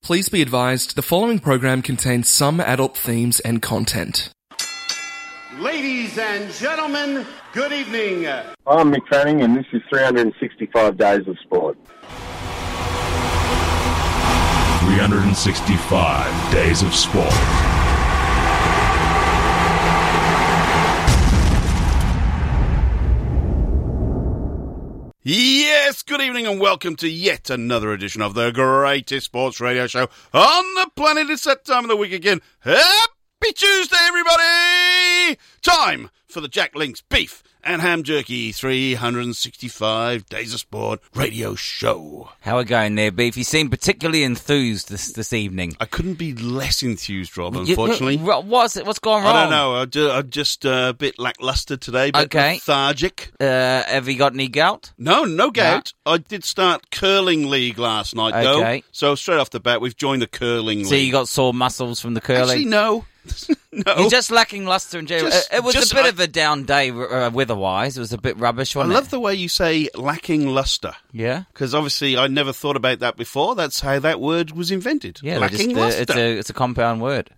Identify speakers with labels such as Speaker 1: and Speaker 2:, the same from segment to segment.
Speaker 1: Please be advised the following program contains some adult themes and content.
Speaker 2: Ladies and gentlemen, good evening.
Speaker 3: I'm Mick Fanning, and this is 365 Days of Sport.
Speaker 4: 365 Days of Sport.
Speaker 2: Yes, good evening and welcome to yet another edition of the greatest sports radio show on the planet. It's that time of the week again. Happy Tuesday, everybody! Time for the Jack Links Beef and Ham Jerky 365 Days of Sport radio show.
Speaker 5: How are we going there, Beef? You seem particularly enthused this this evening.
Speaker 2: I couldn't be less enthused, Rob,
Speaker 5: You-
Speaker 2: unfortunately.
Speaker 5: wh- wh- what's what's gone wrong?
Speaker 2: I don't know. I'm ju- I'm just uh, a bit lackluster today, but
Speaker 5: Okay.
Speaker 2: lethargic.
Speaker 5: Uh, have you got any gout?
Speaker 2: No, no gout. I did start curling league last night, though.
Speaker 5: Okay.
Speaker 2: So straight off the bat, we've joined the curling
Speaker 5: So
Speaker 2: league.
Speaker 5: you got sore muscles from the curling.
Speaker 2: Actually, no, no.
Speaker 5: You're just lacking luster in general.
Speaker 2: Just-
Speaker 5: Uh, it was
Speaker 2: just-
Speaker 5: a bit
Speaker 2: I-
Speaker 5: of a down day uh, weather-wise. It was a bit rubbish.
Speaker 2: I
Speaker 5: Wasn't
Speaker 2: love
Speaker 5: it?
Speaker 2: the way you say lacking luster.
Speaker 5: yeah.
Speaker 2: Because obviously, I never thought about that before. That's how that word was invented.
Speaker 5: Yeah, they're
Speaker 2: lacking
Speaker 5: just, uh,
Speaker 2: luster.
Speaker 5: it's a it's a compound word.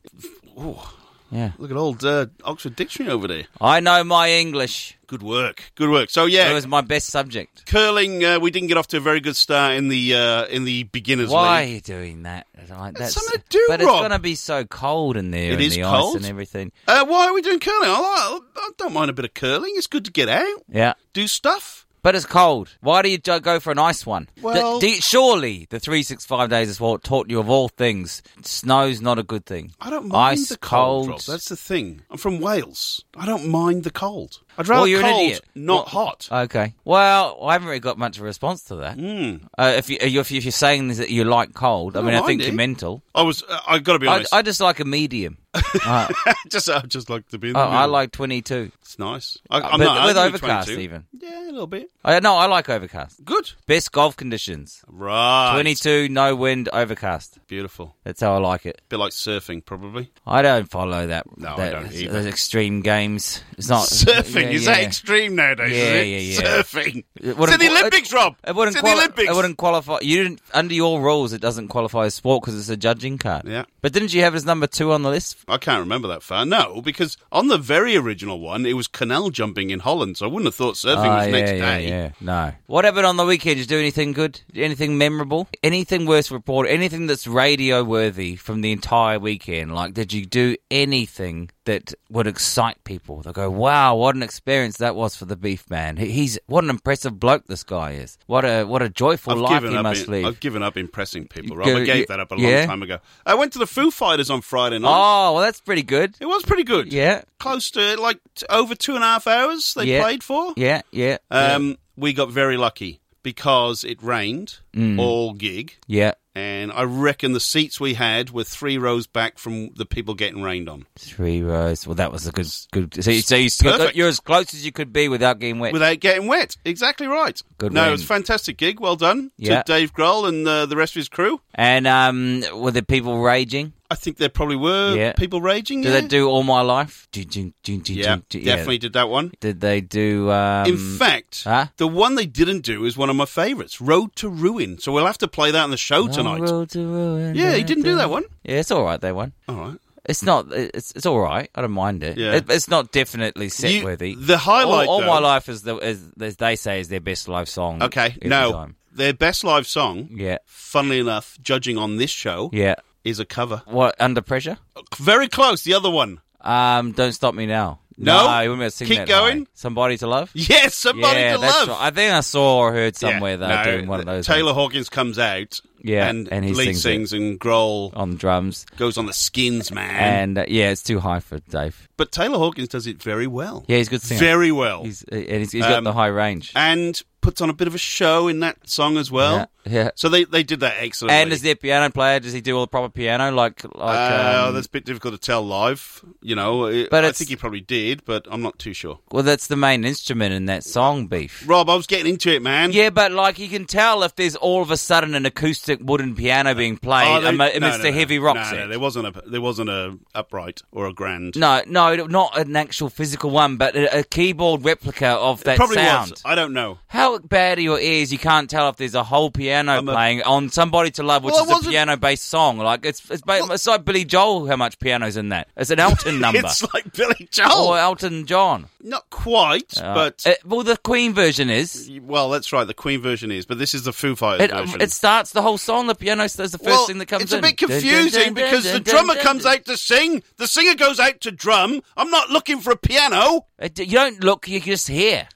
Speaker 5: Yeah,
Speaker 2: Look at old uh, Oxford Dictionary over there.
Speaker 5: I know my English.
Speaker 2: Good work. Good work. So yeah,
Speaker 5: It was my best subject.
Speaker 2: curling. Uh, we didn't get off to a very good start in the uh, in the beginners
Speaker 5: Why are
Speaker 2: league.
Speaker 5: you doing that? Like,
Speaker 2: That's
Speaker 5: that's
Speaker 2: something to do,
Speaker 5: But it's
Speaker 2: Rob.
Speaker 5: going to be so cold in there.
Speaker 2: It
Speaker 5: and
Speaker 2: is
Speaker 5: the
Speaker 2: cold.
Speaker 5: ice and everything.
Speaker 2: Uh, why are we doing curling? I, like- I don't mind a bit of curling. It's good to get out,
Speaker 5: Yeah.
Speaker 2: do stuff.
Speaker 5: But it's cold. Why do you jo- go for an ice one? D-
Speaker 2: Well-
Speaker 5: do you- surely the 365 days of sport taught you of all things. Snow's not a good thing.
Speaker 2: I don't mind
Speaker 5: ice,
Speaker 2: the cold. Rob.
Speaker 5: colds.
Speaker 2: That's the thing. I'm from Wales. I don't mind the cold. I'd rather
Speaker 5: well, you're
Speaker 2: cold,
Speaker 5: an idiot.
Speaker 2: not
Speaker 5: Well, uh,
Speaker 2: hot.
Speaker 5: Okay. Well, I haven't really got much of a response to that.
Speaker 2: Hmm?
Speaker 5: Uh, if, you, if you- if you're saying that you like cold, I,
Speaker 2: don't
Speaker 5: mean, I
Speaker 2: mind
Speaker 5: think
Speaker 2: it.
Speaker 5: you're mental.
Speaker 2: I was. Uh, I got to be
Speaker 5: I,
Speaker 2: honest. I,
Speaker 5: I just like a medium. Uh,
Speaker 2: just, I just like to be. In the
Speaker 5: I, Oh, I
Speaker 2: middle.
Speaker 5: like 22.
Speaker 2: It's nice. I,
Speaker 5: Uh,
Speaker 2: I'm
Speaker 5: but
Speaker 2: not
Speaker 5: with
Speaker 2: overly
Speaker 5: overcast
Speaker 2: 22.
Speaker 5: even.
Speaker 2: Yeah, a little bit.
Speaker 5: Uh, no, I like overcast.
Speaker 2: Good.
Speaker 5: Best golf conditions.
Speaker 2: Right.
Speaker 5: 22, no wind, overcast.
Speaker 2: Beautiful.
Speaker 5: That's how I like it.
Speaker 2: bit like surfing, probably.
Speaker 5: I don't follow that.
Speaker 2: No, I
Speaker 5: that-
Speaker 2: don't either.
Speaker 5: Those extreme games. It's not
Speaker 2: Surfing
Speaker 5: Oh, Yeah,
Speaker 2: is
Speaker 5: yeah.
Speaker 2: that extreme nowadays?
Speaker 5: Yeah,
Speaker 2: is it?
Speaker 5: yeah, yeah.
Speaker 2: Surfing.
Speaker 5: It
Speaker 2: it's
Speaker 5: wouldn't
Speaker 2: in the
Speaker 5: qual-
Speaker 2: Olympics, Rob.
Speaker 5: It wouldn't
Speaker 2: it's in
Speaker 5: uh, quali-
Speaker 2: the Olympics.
Speaker 5: It wouldn't qualify. You didn't under your rules. It doesn't qualify as sport because it's a judging card.
Speaker 2: Yeah.
Speaker 5: But didn't you have it as number two on the list?
Speaker 2: I can't remember that far. No, because on the very original one, it was canal jumping in Holland, so I wouldn't have thought surfing
Speaker 5: Ah,
Speaker 2: was next
Speaker 5: yeah,
Speaker 2: day.
Speaker 5: Yeah, yeah. No. What happened on the weekend? Did you do anything good? Anything memorable? Anything worth reporting? Anything that's radio worthy from the entire weekend? Like, did you do anything that would excite people? They'll go, wow, what an experience that was for the beef man. He- He's what an impressive bloke this guy is. What a what a joyful life he
Speaker 2: up
Speaker 5: must
Speaker 2: in-
Speaker 5: lead.
Speaker 2: I've given up impressing people,
Speaker 5: You
Speaker 2: Rob.
Speaker 5: go-
Speaker 2: I gave
Speaker 5: you-
Speaker 2: that up a long
Speaker 5: yeah?
Speaker 2: time ago. I went to the Foo Fighters on Friday night.
Speaker 5: Oh, well, that's pretty good.
Speaker 2: It was pretty good.
Speaker 5: Yeah.
Speaker 2: Close to like t- over two and a half hours they
Speaker 5: Yeah.
Speaker 2: played for.
Speaker 5: Yeah, yeah.
Speaker 2: Um, We got very lucky because it rained
Speaker 5: Mm.
Speaker 2: all gig.
Speaker 5: yeah.
Speaker 2: And I reckon the seats we had were three rows back from the people getting rained on
Speaker 5: Three rows. Well, that was a good, good. So, you- so you got,
Speaker 2: Perfect.
Speaker 5: you're as close as you could be without getting wet.
Speaker 2: without getting wet. Exactly right.
Speaker 5: Good
Speaker 2: no,
Speaker 5: win.
Speaker 2: it was a fantastic gig. Well done
Speaker 5: Yeah.
Speaker 2: to Dave Grohl and uh, the rest of his crew.
Speaker 5: And um, were the people raging?
Speaker 2: I think there probably were
Speaker 5: Yeah.
Speaker 2: people raging.
Speaker 5: Did
Speaker 2: yeah,
Speaker 5: they do all my life? Dun, dun, dun, dun,
Speaker 2: yeah,
Speaker 5: dun, dun,
Speaker 2: definitely did that one.
Speaker 5: Did they do? Um,
Speaker 2: In fact,
Speaker 5: huh?
Speaker 2: the one they didn't do is one of my favourites, Road to Ruin. So we'll have to play that on the show
Speaker 5: Long
Speaker 2: Oh tonight.
Speaker 5: road to ruin,
Speaker 2: Yeah, you didn't do that one.
Speaker 5: Yeah, it's all right. They one.
Speaker 2: All right.
Speaker 5: It's not. It's it's all right. I don't mind it.
Speaker 2: Yeah.
Speaker 5: It- it's not definitely set
Speaker 2: You-
Speaker 5: worthy.
Speaker 2: the highlight,
Speaker 5: All, all
Speaker 2: though-
Speaker 5: my life is the is, as they say is their best live song.
Speaker 2: Okay.
Speaker 5: every
Speaker 2: No,
Speaker 5: time.
Speaker 2: their best live song,
Speaker 5: Yeah.
Speaker 2: funnily enough, judging on this show,
Speaker 5: Yeah.
Speaker 2: is a cover.
Speaker 5: What under pressure?
Speaker 2: Very close, the other one.
Speaker 5: Um, don't stop me now.
Speaker 2: No?
Speaker 5: you wouldn't be able to sing
Speaker 2: Keep
Speaker 5: that
Speaker 2: going.
Speaker 5: high. Somebody to love.
Speaker 2: Yes, Somebody
Speaker 5: yeah,
Speaker 2: to
Speaker 5: that's
Speaker 2: Love.
Speaker 5: right. I think I saw or heard
Speaker 2: Yeah,
Speaker 5: somewhere though
Speaker 2: no,
Speaker 5: doing one of those.
Speaker 2: Taylor
Speaker 5: ones.
Speaker 2: Hawkins comes out
Speaker 5: Yeah,
Speaker 2: and,
Speaker 5: and he
Speaker 2: Lee
Speaker 5: sings it.
Speaker 2: sings and Grohl
Speaker 5: on drums.
Speaker 2: goes on the skins, man.
Speaker 5: And uh, yeah, it's too high for Dave.
Speaker 2: but Taylor Hawkins does it very well.
Speaker 5: Yeah, he's a good singer.
Speaker 2: Very well.
Speaker 5: He's, uh, and he's, he's
Speaker 2: Um,
Speaker 5: got the high range.
Speaker 2: and puts on a bit of a show in that song as well.
Speaker 5: yeah, yeah.
Speaker 2: So they, they did that excellently.
Speaker 5: And is there a piano player? Does he do all the proper piano? Like, like.
Speaker 2: uh,
Speaker 5: um,
Speaker 2: that's a bit difficult to tell live, you know.
Speaker 5: But
Speaker 2: But I
Speaker 5: it's-
Speaker 2: think he probably did, but I'm not too sure.
Speaker 5: well, that's the main instrument in that song, Beef.
Speaker 2: Rob, I was getting into it, man.
Speaker 5: Yeah, but like you can tell if there's all of a sudden an acoustic wooden piano being
Speaker 2: Oh,
Speaker 5: played
Speaker 2: they-
Speaker 5: amidst
Speaker 2: no,
Speaker 5: a
Speaker 2: no, no.
Speaker 5: heavy rock
Speaker 2: No,
Speaker 5: set.
Speaker 2: no, there wasn't a there wasn't a upright or a grand.
Speaker 5: No, no, not an actual physical one, but a, a keyboard replica of that
Speaker 2: probably
Speaker 5: sound.
Speaker 2: was. I don't know.
Speaker 5: How how bad are your ears? You can't tell if there's a whole piano
Speaker 2: a-
Speaker 5: playing on "Somebody to Love," which
Speaker 2: Well, it
Speaker 5: is a
Speaker 2: wasn't-
Speaker 5: piano-based song. Like it's it's, ba- it's like Billy Joel. How much piano's in that? It's an Elton number
Speaker 2: It's like Billy Joel.
Speaker 5: or Elton John.
Speaker 2: Not quite,
Speaker 5: Uh,
Speaker 2: but
Speaker 5: it- well, the Queen version is.
Speaker 2: well, that's right. The Queen version is, but this is the Foo Fighters
Speaker 5: It,
Speaker 2: version.
Speaker 5: it starts the whole song. The piano is the first
Speaker 2: Well,
Speaker 5: thing that comes
Speaker 2: it's
Speaker 5: in.
Speaker 2: a bit confusing because the drummer comes out to sing, the singer goes out to drum. I'm not looking for a piano.
Speaker 5: It- Uh, You don't look. You just hear.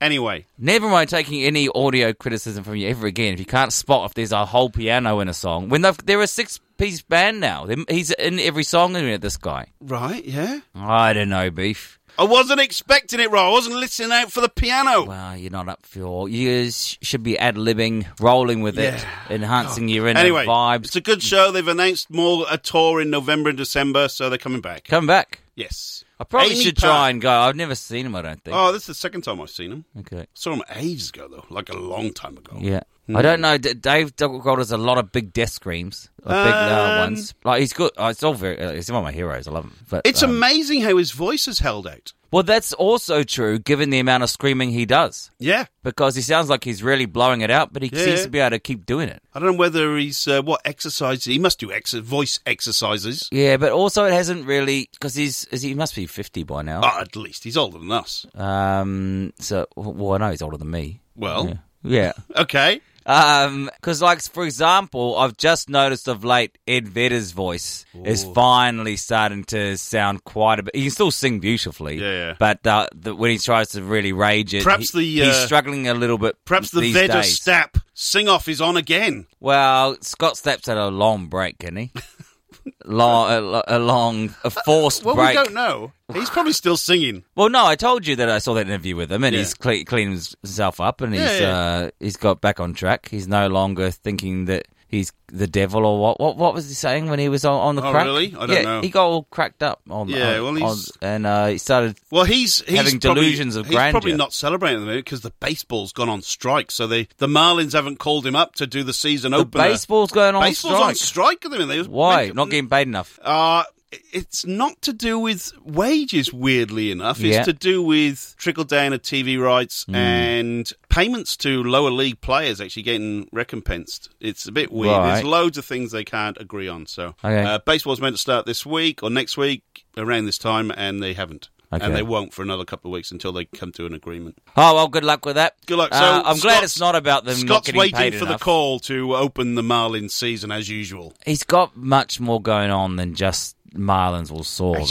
Speaker 2: Anyway,
Speaker 5: Never mind taking any audio criticism from you ever again. If you can't spot if there's a whole piano in a song, when they've, they're a six-piece band now, They- he's in every song. Isn't it, this guy?
Speaker 2: right, yeah.
Speaker 5: I don't know, beef.
Speaker 2: I wasn't expecting it, Rob. I wasn't listening out for the piano.
Speaker 5: Well, you're not up for. You sh- should be ad libbing, rolling with it,
Speaker 2: Yeah. Oh.
Speaker 5: enhancing your inner
Speaker 2: anyway,
Speaker 5: vibes.
Speaker 2: it's a good show. They've announced more a tour in November and December, so they're coming back.
Speaker 5: Come back.
Speaker 2: Yes,
Speaker 5: I probably
Speaker 2: Amy
Speaker 5: should
Speaker 2: Park-
Speaker 5: try and go. I've never seen him. I don't think.
Speaker 2: Oh, this is the second time I've seen them.
Speaker 5: Okay.
Speaker 2: Saw them ages ago, though, like a long time ago.
Speaker 5: Yeah.
Speaker 2: Hmm.
Speaker 5: I don't know. D- Dave Douglas has a lot of big death screams, or big uh,
Speaker 2: Um,
Speaker 5: ones. Like he's good. Oh, it's all very. Uh, he's one of my heroes. I love him. But
Speaker 2: It's
Speaker 5: um,
Speaker 2: amazing how his voice has held out.
Speaker 5: well, that's also true given the amount of screaming he does,
Speaker 2: Yeah.
Speaker 5: because he sounds like he's really blowing it out, but he
Speaker 2: Yeah,
Speaker 5: seems
Speaker 2: yeah.
Speaker 5: to be able to keep doing it.
Speaker 2: I don't know whether he's uh, what exercises he must do. Ex- voice exercises.
Speaker 5: Yeah, but also it hasn't really because he's is he must be fifty by now.
Speaker 2: Ah, at least he's older than us.
Speaker 5: Um. So, well, I know he's older than me.
Speaker 2: Well,
Speaker 5: Yeah.
Speaker 2: okay.
Speaker 5: Um. Because, like, for example, I've just noticed of late Ed Vedder's voice is finally starting to sound quite a bit. He can still sing beautifully.
Speaker 2: Yeah, yeah.
Speaker 5: But uh, the, when he tries to really rage it,
Speaker 2: Perhaps
Speaker 5: he-
Speaker 2: the,
Speaker 5: he's
Speaker 2: uh,
Speaker 5: struggling a little bit.
Speaker 2: Perhaps the
Speaker 5: these
Speaker 2: Vedder
Speaker 5: days.
Speaker 2: step sing off is on again.
Speaker 5: Well, Scott Stapp's had a long break, can he? long, a, lo- a long, a forced
Speaker 2: Well,
Speaker 5: break.
Speaker 2: we don't know. He's probably still singing.
Speaker 5: Well, no, I told you that I saw that interview with him, and
Speaker 2: Yeah.
Speaker 5: he's cle- cleaned himself up, and he's
Speaker 2: Yeah, yeah.
Speaker 5: Uh, he's got back on track. He's no longer thinking that he's the devil or what. What what was he saying when he was on, on the
Speaker 2: Oh,
Speaker 5: crack?
Speaker 2: really? I don't
Speaker 5: yeah,
Speaker 2: know.
Speaker 5: He got all cracked up. On,
Speaker 2: Yeah,
Speaker 5: on-
Speaker 2: well, he's-
Speaker 5: on- and uh, he started.
Speaker 2: Well, he's, he's
Speaker 5: Having
Speaker 2: probably-
Speaker 5: delusions of
Speaker 2: he's probably
Speaker 5: grandeur.
Speaker 2: not celebrating at the moment because the baseball's gone on strike. So they the Marlins haven't called him up to do the season
Speaker 5: The
Speaker 2: opener.
Speaker 5: baseball's going on
Speaker 2: baseball's
Speaker 5: strike.
Speaker 2: on strike at the minute. They-
Speaker 5: Why
Speaker 2: they-
Speaker 5: not getting paid enough?
Speaker 2: Uh, it's not to do with wages, weirdly enough. It's
Speaker 5: Yeah. Hmm.
Speaker 2: to do with trickle down of TV rights and payments to lower league players actually getting recompensed. It's a bit weird.
Speaker 5: Right.
Speaker 2: There's loads of things they can't agree on. So
Speaker 5: Okay.
Speaker 2: uh, baseball's meant to start this week or next week around this time, and they haven't.
Speaker 5: Okay.
Speaker 2: And they won't for another couple of weeks until they come to an agreement.
Speaker 5: Oh well, good luck with that.
Speaker 2: Good luck. So
Speaker 5: Uh, I'm glad
Speaker 2: Scott's-
Speaker 5: it's not about them not
Speaker 2: Scott's
Speaker 5: getting
Speaker 2: waiting
Speaker 5: paid
Speaker 2: for
Speaker 5: enough.
Speaker 2: the call to open the Marlins season as usual.
Speaker 5: He's got much more going on than just Marlins will soar. the, the
Speaker 2: I,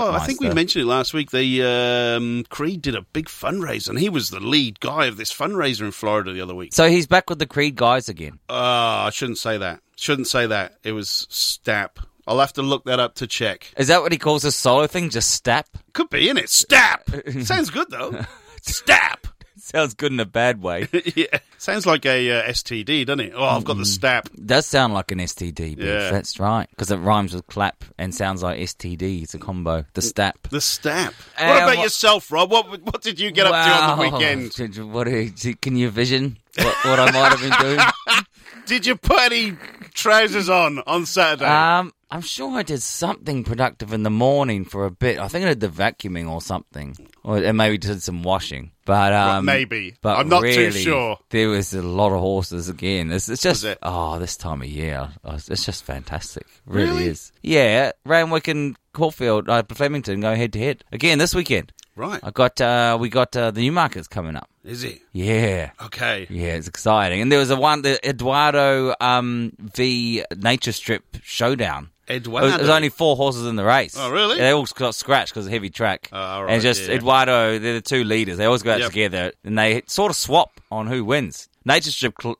Speaker 2: well, I
Speaker 5: Statmeister.
Speaker 2: think we mentioned it last week. They um, Creed did a big fundraiser, and he was the lead guy of this fundraiser in Florida the other week.
Speaker 5: So he's back with the Creed guys again.
Speaker 2: Ah, I shouldn't say that. Shouldn't say that. It was Stap. I'll have to look that up to check.
Speaker 5: Is that what he calls his solo thing? Just stap?
Speaker 2: Could be in it. Stap sounds good though. Stap.
Speaker 5: Sounds good in a bad way.
Speaker 2: yeah, sounds like a uh, STD, doesn't it? Oh, I've got the
Speaker 5: Hmm.
Speaker 2: Stap.
Speaker 5: does sound like an STD, Biff.
Speaker 2: Yeah.
Speaker 5: That's right. Because it rhymes with clap and sounds like STD. It's a combo.
Speaker 2: Mm.
Speaker 5: The stap.
Speaker 2: The Stap.
Speaker 5: Uh,
Speaker 2: what about
Speaker 5: what-
Speaker 2: yourself, Rob? What what did you get up to on the
Speaker 5: Wow.
Speaker 2: weekend?
Speaker 5: Did you- What, did you- can you vision what, what I might have been doing?
Speaker 2: Did you put any trousers on on Saturday?
Speaker 5: Um, I'm sure I did something productive in the morning for a bit. I think I did the vacuuming or something, or and maybe did some washing. But um,
Speaker 2: maybe.
Speaker 5: But
Speaker 2: I'm not too
Speaker 5: really,
Speaker 2: sure.
Speaker 5: There was a lot of horses again. It's, it's just
Speaker 2: Was it?
Speaker 5: oh, this time of year, oh, it's it's just fantastic. Really,
Speaker 2: Really?
Speaker 5: is. Yeah, Ranwick and Caulfield, uh, Flemington go head to head again this weekend.
Speaker 2: right.
Speaker 5: I got uh, we got uh, the new markets coming up.
Speaker 2: Is it?
Speaker 5: Yeah.
Speaker 2: Okay.
Speaker 5: Yeah, it's exciting. And there was a one, the Eduardo um, v Nature Strip showdown.
Speaker 2: Eduardo.
Speaker 5: There's only four horses in the race.
Speaker 2: Oh, really?
Speaker 5: They all got scratched because of heavy track.
Speaker 2: Oh, all
Speaker 5: and
Speaker 2: right,
Speaker 5: just
Speaker 2: yeah.
Speaker 5: Eduardo, they're the two leaders. They always go out
Speaker 2: Yep.
Speaker 5: together and they sort of swap on who wins. Nature Strip cl-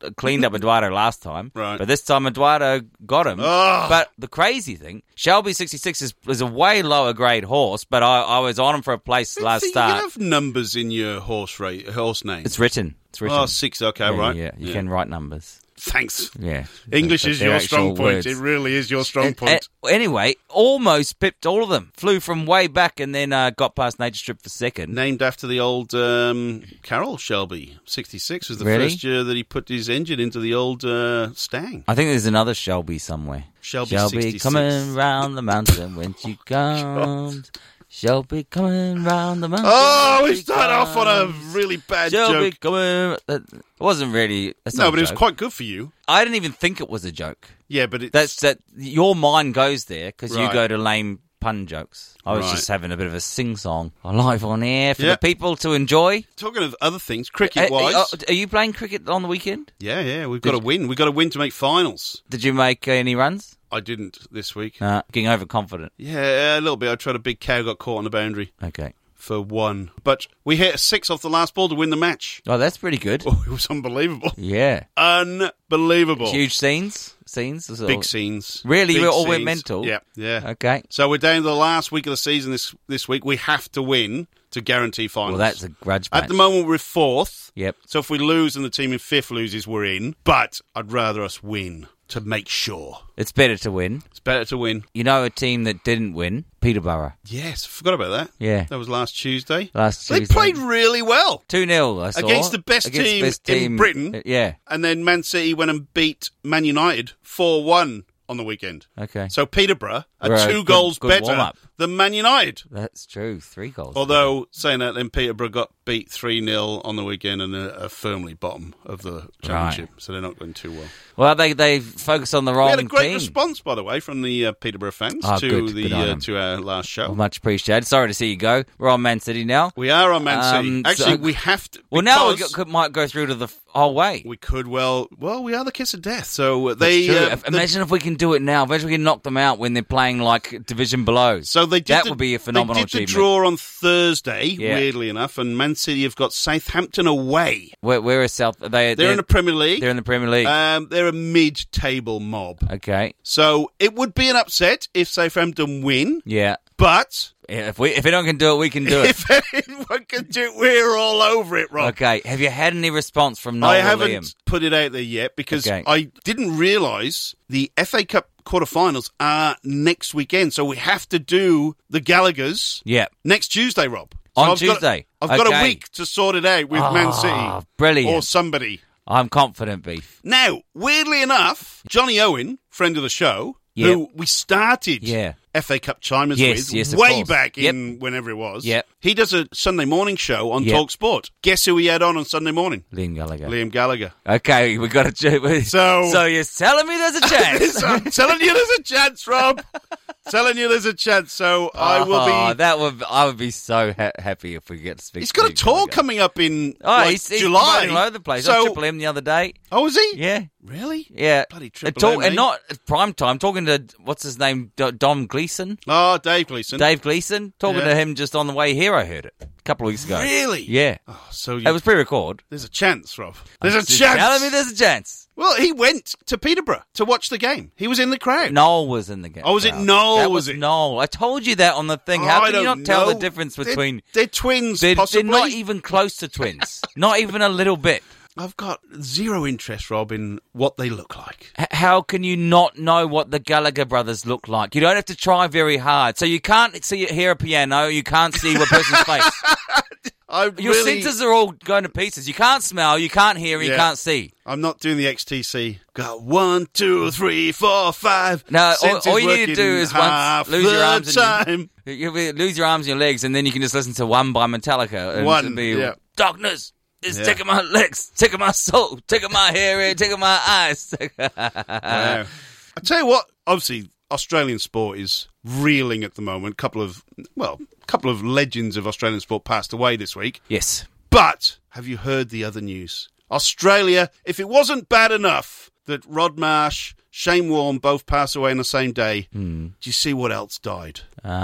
Speaker 5: cleaned up Eduardo last time,
Speaker 2: Right.
Speaker 5: but this time Eduardo got him.
Speaker 2: Ugh.
Speaker 5: But the crazy thing, Shelby 66 is, is a way lower grade horse, but I, I was on him for a place last
Speaker 2: So you
Speaker 5: start.
Speaker 2: can have numbers in your horse rate, horse name.
Speaker 5: It's written. It's written.
Speaker 2: oh, six. Okay,
Speaker 5: yeah,
Speaker 2: right.
Speaker 5: yeah, you can write numbers.
Speaker 2: Thanks.
Speaker 5: Yeah.
Speaker 2: English
Speaker 5: They're-
Speaker 2: is
Speaker 5: they're
Speaker 2: your
Speaker 5: actual
Speaker 2: strong point.
Speaker 5: words. Eh,
Speaker 2: It really is your strong
Speaker 5: And-
Speaker 2: point.
Speaker 5: and- anyway, almost pipped all of them. Flew from way back and then uh, got past Nature Strip for second.
Speaker 2: Named after the old um, Carol Shelby, sixty-six was the
Speaker 5: Really?
Speaker 2: first year that he put his engine into the old uh, Stang.
Speaker 5: I think there's another Shelby somewhere.
Speaker 2: Shelby
Speaker 5: Shelby
Speaker 2: 66.
Speaker 5: coming round the mountain when she comes. She'll be coming round the mountain.
Speaker 2: Oh, we
Speaker 5: she
Speaker 2: start off on a
Speaker 5: comes.
Speaker 2: really bad
Speaker 5: She'll be
Speaker 2: joke.
Speaker 5: coming. That it wasn't really. That's not
Speaker 2: No,
Speaker 5: a
Speaker 2: but it was
Speaker 5: joke.
Speaker 2: quite good for you.
Speaker 5: I didn't even think it was a joke.
Speaker 2: Yeah, but it's
Speaker 5: That's that. Your mind goes there because
Speaker 2: Right.
Speaker 5: you go to lame pun jokes. I was
Speaker 2: Right.
Speaker 5: just having a bit of a sing song live on air for
Speaker 2: Yeah.
Speaker 5: the people to enjoy.
Speaker 2: talking of other things,
Speaker 5: Are,
Speaker 2: cricket wise.
Speaker 5: are, are you playing cricket on the weekend?
Speaker 2: yeah, yeah, we've got to
Speaker 5: eh, oh, Did-
Speaker 2: win. We've got to win to make finals.
Speaker 5: Did you make any runs?
Speaker 2: I didn't this week.
Speaker 5: Nah, getting overconfident.
Speaker 2: Yeah, a little bit. I tried a big cow, got caught on the boundary
Speaker 5: Okay.
Speaker 2: for one. But we hit a six off the last ball to win the match.
Speaker 5: Oh, that's pretty good.
Speaker 2: Oh, it was unbelievable.
Speaker 5: Yeah.
Speaker 2: Unbelievable.
Speaker 5: Huge scenes. Scenes. Sort of-
Speaker 2: Big scenes.
Speaker 5: Really?
Speaker 2: Big
Speaker 5: We're all- we're
Speaker 2: scenes.
Speaker 5: mental?
Speaker 2: Yeah, yeah.
Speaker 5: Okay.
Speaker 2: So we're down to the last week of the season this this week. We have to win to guarantee finals.
Speaker 5: Well, that's a grudge match.
Speaker 2: At the moment, we're fourth.
Speaker 5: Yep.
Speaker 2: So if we lose and the team in fifth loses, we're in. But I'd rather us win to make sure.
Speaker 5: It's better to win.
Speaker 2: It's better to win.
Speaker 5: You know, a team that didn't win, Peterborough,
Speaker 2: Yes, forgot about that.
Speaker 5: Yeah.
Speaker 2: That was last Tuesday.
Speaker 5: last
Speaker 2: They
Speaker 5: Tuesday.
Speaker 2: played really well.
Speaker 5: two 0 I saw
Speaker 2: Against the best
Speaker 5: Against
Speaker 2: team
Speaker 5: the best
Speaker 2: in
Speaker 5: team-
Speaker 2: Britain.
Speaker 5: Uh, Yeah.
Speaker 2: And then Man City went and beat Man United 4 1 on the weekend.
Speaker 5: Okay.
Speaker 2: So Peterborough are
Speaker 5: Right,
Speaker 2: two
Speaker 5: good-
Speaker 2: goals
Speaker 5: good
Speaker 2: better
Speaker 5: warm-up.
Speaker 2: than Man United.
Speaker 5: That's true. Three goals.
Speaker 2: Although saying that, then Peterborough got beat three 0 on the weekend and are are firmly bottom of the championship, so they're not going too well.
Speaker 5: well, they they focus on the wrong
Speaker 2: we had a great
Speaker 5: team.
Speaker 2: response, by the way, from the uh, Peterborough fans
Speaker 5: Ah,
Speaker 2: to
Speaker 5: good,
Speaker 2: the
Speaker 5: good on
Speaker 2: uh,
Speaker 5: them.
Speaker 2: to our last show.
Speaker 5: Well, much appreciated. Sorry to see you go. We're on Man City now.
Speaker 2: we are on Man City.
Speaker 5: Um,
Speaker 2: Actually,
Speaker 5: so-
Speaker 2: we have to.
Speaker 5: Well, now we
Speaker 2: because
Speaker 5: could, might go through to the f- whole way.
Speaker 2: we could well. Well, we are the kiss of death. So uh,
Speaker 5: That's
Speaker 2: they
Speaker 5: true.
Speaker 2: uh,
Speaker 5: If-
Speaker 2: the-
Speaker 5: imagine if we can do it now. Imagine we can knock them out when they're playing like division below.
Speaker 2: So they did
Speaker 5: that
Speaker 2: the-
Speaker 5: would be a phenomenal
Speaker 2: They did the
Speaker 5: achievement.
Speaker 2: draw on Thursday,
Speaker 5: Yeah.
Speaker 2: weirdly enough, and Man City have got Southampton away.
Speaker 5: Where, where is South? They, they're,
Speaker 2: They're in the Premier League.
Speaker 5: they're in the Premier League.
Speaker 2: um, they're a mid-table mob.
Speaker 5: okay.
Speaker 2: So it would be an upset if Southampton win,
Speaker 5: Yeah.
Speaker 2: but
Speaker 5: Yeah, If we if anyone can do it, we can do it.
Speaker 2: if anyone can do it, we're all over it, Rob.
Speaker 5: okay. Have you had any response from Noel
Speaker 2: I
Speaker 5: or
Speaker 2: haven't
Speaker 5: Liam?
Speaker 2: put it out there yet because
Speaker 5: Okay.
Speaker 2: I didn't realise the FA Cup quarterfinals are next weekend, so we have to do the Gallagher's
Speaker 5: Yeah.
Speaker 2: next Tuesday, Rob. So
Speaker 5: On
Speaker 2: I've got-
Speaker 5: Tuesday.
Speaker 2: I've got a
Speaker 5: Okay. Ah,
Speaker 2: week to sort it out with Man City
Speaker 5: brilliant.
Speaker 2: or somebody.
Speaker 5: I'm confident, Beef.
Speaker 2: Now, weirdly enough, Johnny Owen, friend of the show,
Speaker 5: Yeah.
Speaker 2: who we started
Speaker 5: Yeah.
Speaker 2: FA Cup Chimers
Speaker 5: Yes,
Speaker 2: with
Speaker 5: yes, of
Speaker 2: way
Speaker 5: course.
Speaker 2: back
Speaker 5: Yep.
Speaker 2: in whenever it was,
Speaker 5: Yep.
Speaker 2: he does a Sunday morning show on
Speaker 5: Yep.
Speaker 2: Talk Sport. Guess who he had on on Sunday morning?
Speaker 5: Liam Gallagher.
Speaker 2: Liam Gallagher.
Speaker 5: Okay, we got to.
Speaker 2: So-
Speaker 5: so you're telling me there's a chance?
Speaker 2: So I'm telling you there's a chance, Rob. telling you there's a chance. So I will
Speaker 5: Oh,
Speaker 2: be.
Speaker 5: that would I would be so ha- happy if we get to speak.
Speaker 2: He's
Speaker 5: to
Speaker 2: got a
Speaker 5: Liam
Speaker 2: tour
Speaker 5: Gallagher.
Speaker 2: coming up in
Speaker 5: Oh,
Speaker 2: like,
Speaker 5: he's, he's
Speaker 2: July.
Speaker 5: promoting all over the place. I
Speaker 2: So,
Speaker 5: triple E. M the other day.
Speaker 2: oh, is he?
Speaker 5: Yeah,
Speaker 2: Really?
Speaker 5: yeah.
Speaker 2: Bloody Triple
Speaker 5: and,
Speaker 2: M,
Speaker 5: talk,
Speaker 2: eh?
Speaker 5: and not at prime time. Talking to what's his name, D- Dom Gleason,
Speaker 2: Oh, Dave Gleason.
Speaker 5: Dave Gleason. Talking
Speaker 2: Yeah.
Speaker 5: to him just on the way here. I heard it a couple of weeks ago.
Speaker 2: Really?
Speaker 5: Yeah,
Speaker 2: Oh, so you,
Speaker 5: it was pre-record.
Speaker 2: there's a chance, Rob. There's a
Speaker 5: Just
Speaker 2: chance.
Speaker 5: Telling me there's a chance.
Speaker 2: Well, he went to Peterborough to watch the game. He was in the crowd.
Speaker 5: Noel was in the game.
Speaker 2: Oh, was it
Speaker 5: crowd.
Speaker 2: Noel,
Speaker 5: That
Speaker 2: was
Speaker 5: was,
Speaker 2: it?
Speaker 5: Noel. I told you that on the thing.
Speaker 2: Oh,
Speaker 5: How
Speaker 2: I
Speaker 5: can you
Speaker 2: don't
Speaker 5: not tell the
Speaker 2: know.
Speaker 5: difference
Speaker 2: They're-
Speaker 5: between?
Speaker 2: they're, twins,
Speaker 5: They're, they're
Speaker 2: possibly.
Speaker 5: not even close to twins. not even a little bit.
Speaker 2: I've got zero interest, Rob, in what they look like.
Speaker 5: H- How can you not know what the Gallagher brothers look like? You don't have to try very hard. So you can't see hear a piano. You can't see a person's face.
Speaker 2: I
Speaker 5: Your
Speaker 2: really,
Speaker 5: senses are all going to pieces. You can't smell. You can't hear. You
Speaker 2: Yeah.
Speaker 5: can't see.
Speaker 2: I'm not doing the XTC. Got one, two, three, four, five.
Speaker 5: No, all,
Speaker 2: Senses
Speaker 5: all you need to
Speaker 2: working
Speaker 5: do is
Speaker 2: half
Speaker 5: once lose
Speaker 2: the
Speaker 5: your arms
Speaker 2: time.
Speaker 5: and you, you- you lose your arms and your legs, and then you can just listen to one by Metallica. And
Speaker 2: One,
Speaker 5: it'll be
Speaker 2: yeah.
Speaker 5: darkness. It's
Speaker 2: Yeah.
Speaker 5: taking my legs, taking my soul, taking my hair, taking my eyes. Uh,
Speaker 2: Wow. I tell you what, obviously Australian sport is reeling at the moment. couple of well, couple of legends of Australian sport passed away this week.
Speaker 5: yes.
Speaker 2: But have you heard the other news? Australia, if it wasn't bad enough that Rod Marsh, Shane Warne both passed away on the same day,
Speaker 5: Hmm.
Speaker 2: do you see what else died?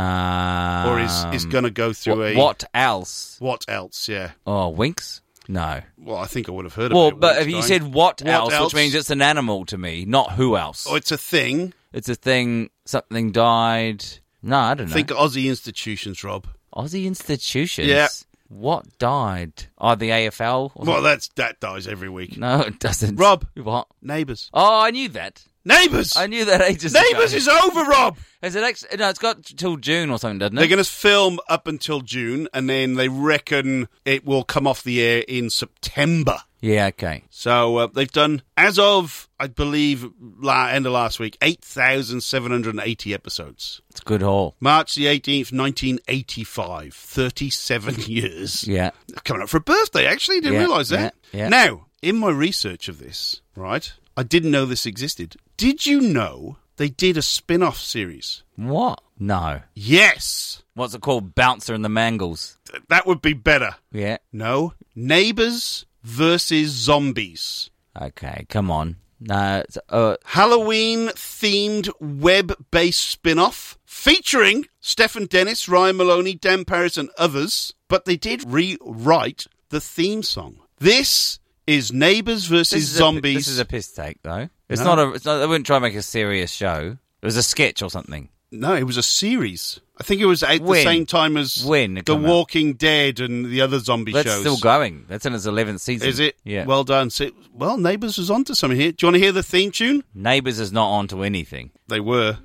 Speaker 5: Um,
Speaker 2: Or is, is going to go through
Speaker 5: what,
Speaker 2: a.
Speaker 5: what else?
Speaker 2: What else? Yeah.
Speaker 5: Oh, winks? No.
Speaker 2: Well, I think I would have heard
Speaker 5: Well,
Speaker 2: of it.
Speaker 5: but
Speaker 2: once,
Speaker 5: if you
Speaker 2: don't I?
Speaker 5: said what,
Speaker 2: What
Speaker 5: else,
Speaker 2: else?
Speaker 5: which means it's an animal to me, not who else.
Speaker 2: Oh, it's a thing.
Speaker 5: it's a thing. Something died. No, I don't know.
Speaker 2: Think Aussie institutions, Rob.
Speaker 5: Aussie institutions.
Speaker 2: Yeah.
Speaker 5: What died? Oh, the AFL. Or
Speaker 2: Well, that's that dies every week.
Speaker 5: No, it doesn't.
Speaker 2: Rob.
Speaker 5: What?
Speaker 2: Neighbours.
Speaker 5: Oh, I knew that.
Speaker 2: Neighbours!
Speaker 5: I knew that ages ago.
Speaker 2: Neighbours is over, Rob!
Speaker 5: Is it actually? No, it's got till June or something, doesn't it?
Speaker 2: They're going to film up until June, and then they reckon it will come off the air in September.
Speaker 5: Yeah, okay.
Speaker 2: So uh, they've done, as of, I believe, la- end of last week, 8,780 episodes.
Speaker 5: It's a good haul.
Speaker 2: March the 18th, 1985. 37 years.
Speaker 5: Yeah.
Speaker 2: Coming up for a birthday, actually. Didn't
Speaker 5: Yeah,
Speaker 2: realise that.
Speaker 5: yeah, yeah.
Speaker 2: Now, in my research of this, right, I didn't know this existed. Did you know they did a spin off series?
Speaker 5: What? No.
Speaker 2: Yes.
Speaker 5: What's it called? Bouncer and the Mangles.
Speaker 2: Th- That would be better.
Speaker 5: Yeah.
Speaker 2: No. Neighbors versus Zombies.
Speaker 5: Okay, come on. No, it's, uh,
Speaker 2: Halloween themed web based spin off featuring Stephen Dennis, Ryan Maloney, Dan Paris, and others, but they did rewrite the theme song. This is Neighbors
Speaker 5: this
Speaker 2: versus
Speaker 5: is a-
Speaker 2: Zombies.
Speaker 5: this is a piss take, though. It's
Speaker 2: No.
Speaker 5: not a. It's not, they wouldn't try to make a serious show. It was a sketch or something.
Speaker 2: no, it was a series. I think it was at the
Speaker 5: When?
Speaker 2: same time as
Speaker 5: When it
Speaker 2: The
Speaker 5: come out?
Speaker 2: Walking Dead and the other zombie
Speaker 5: That's
Speaker 2: shows.
Speaker 5: still going. That's in its eleventh season.
Speaker 2: Is it?
Speaker 5: Yeah.
Speaker 2: Well done. So, well, Neighbors was onto something here. Do you want to hear the theme tune?
Speaker 5: Neighbours is not onto anything.
Speaker 2: They were.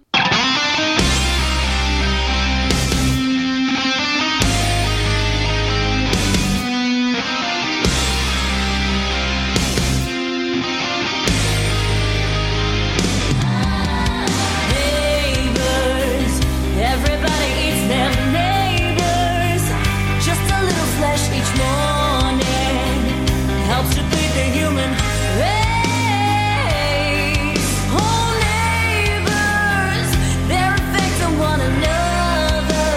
Speaker 6: Neighbors, everybody eats their neighbors. Just a little flesh each morning helps to feed the human race. Oh, neighbors, they're affecting one another.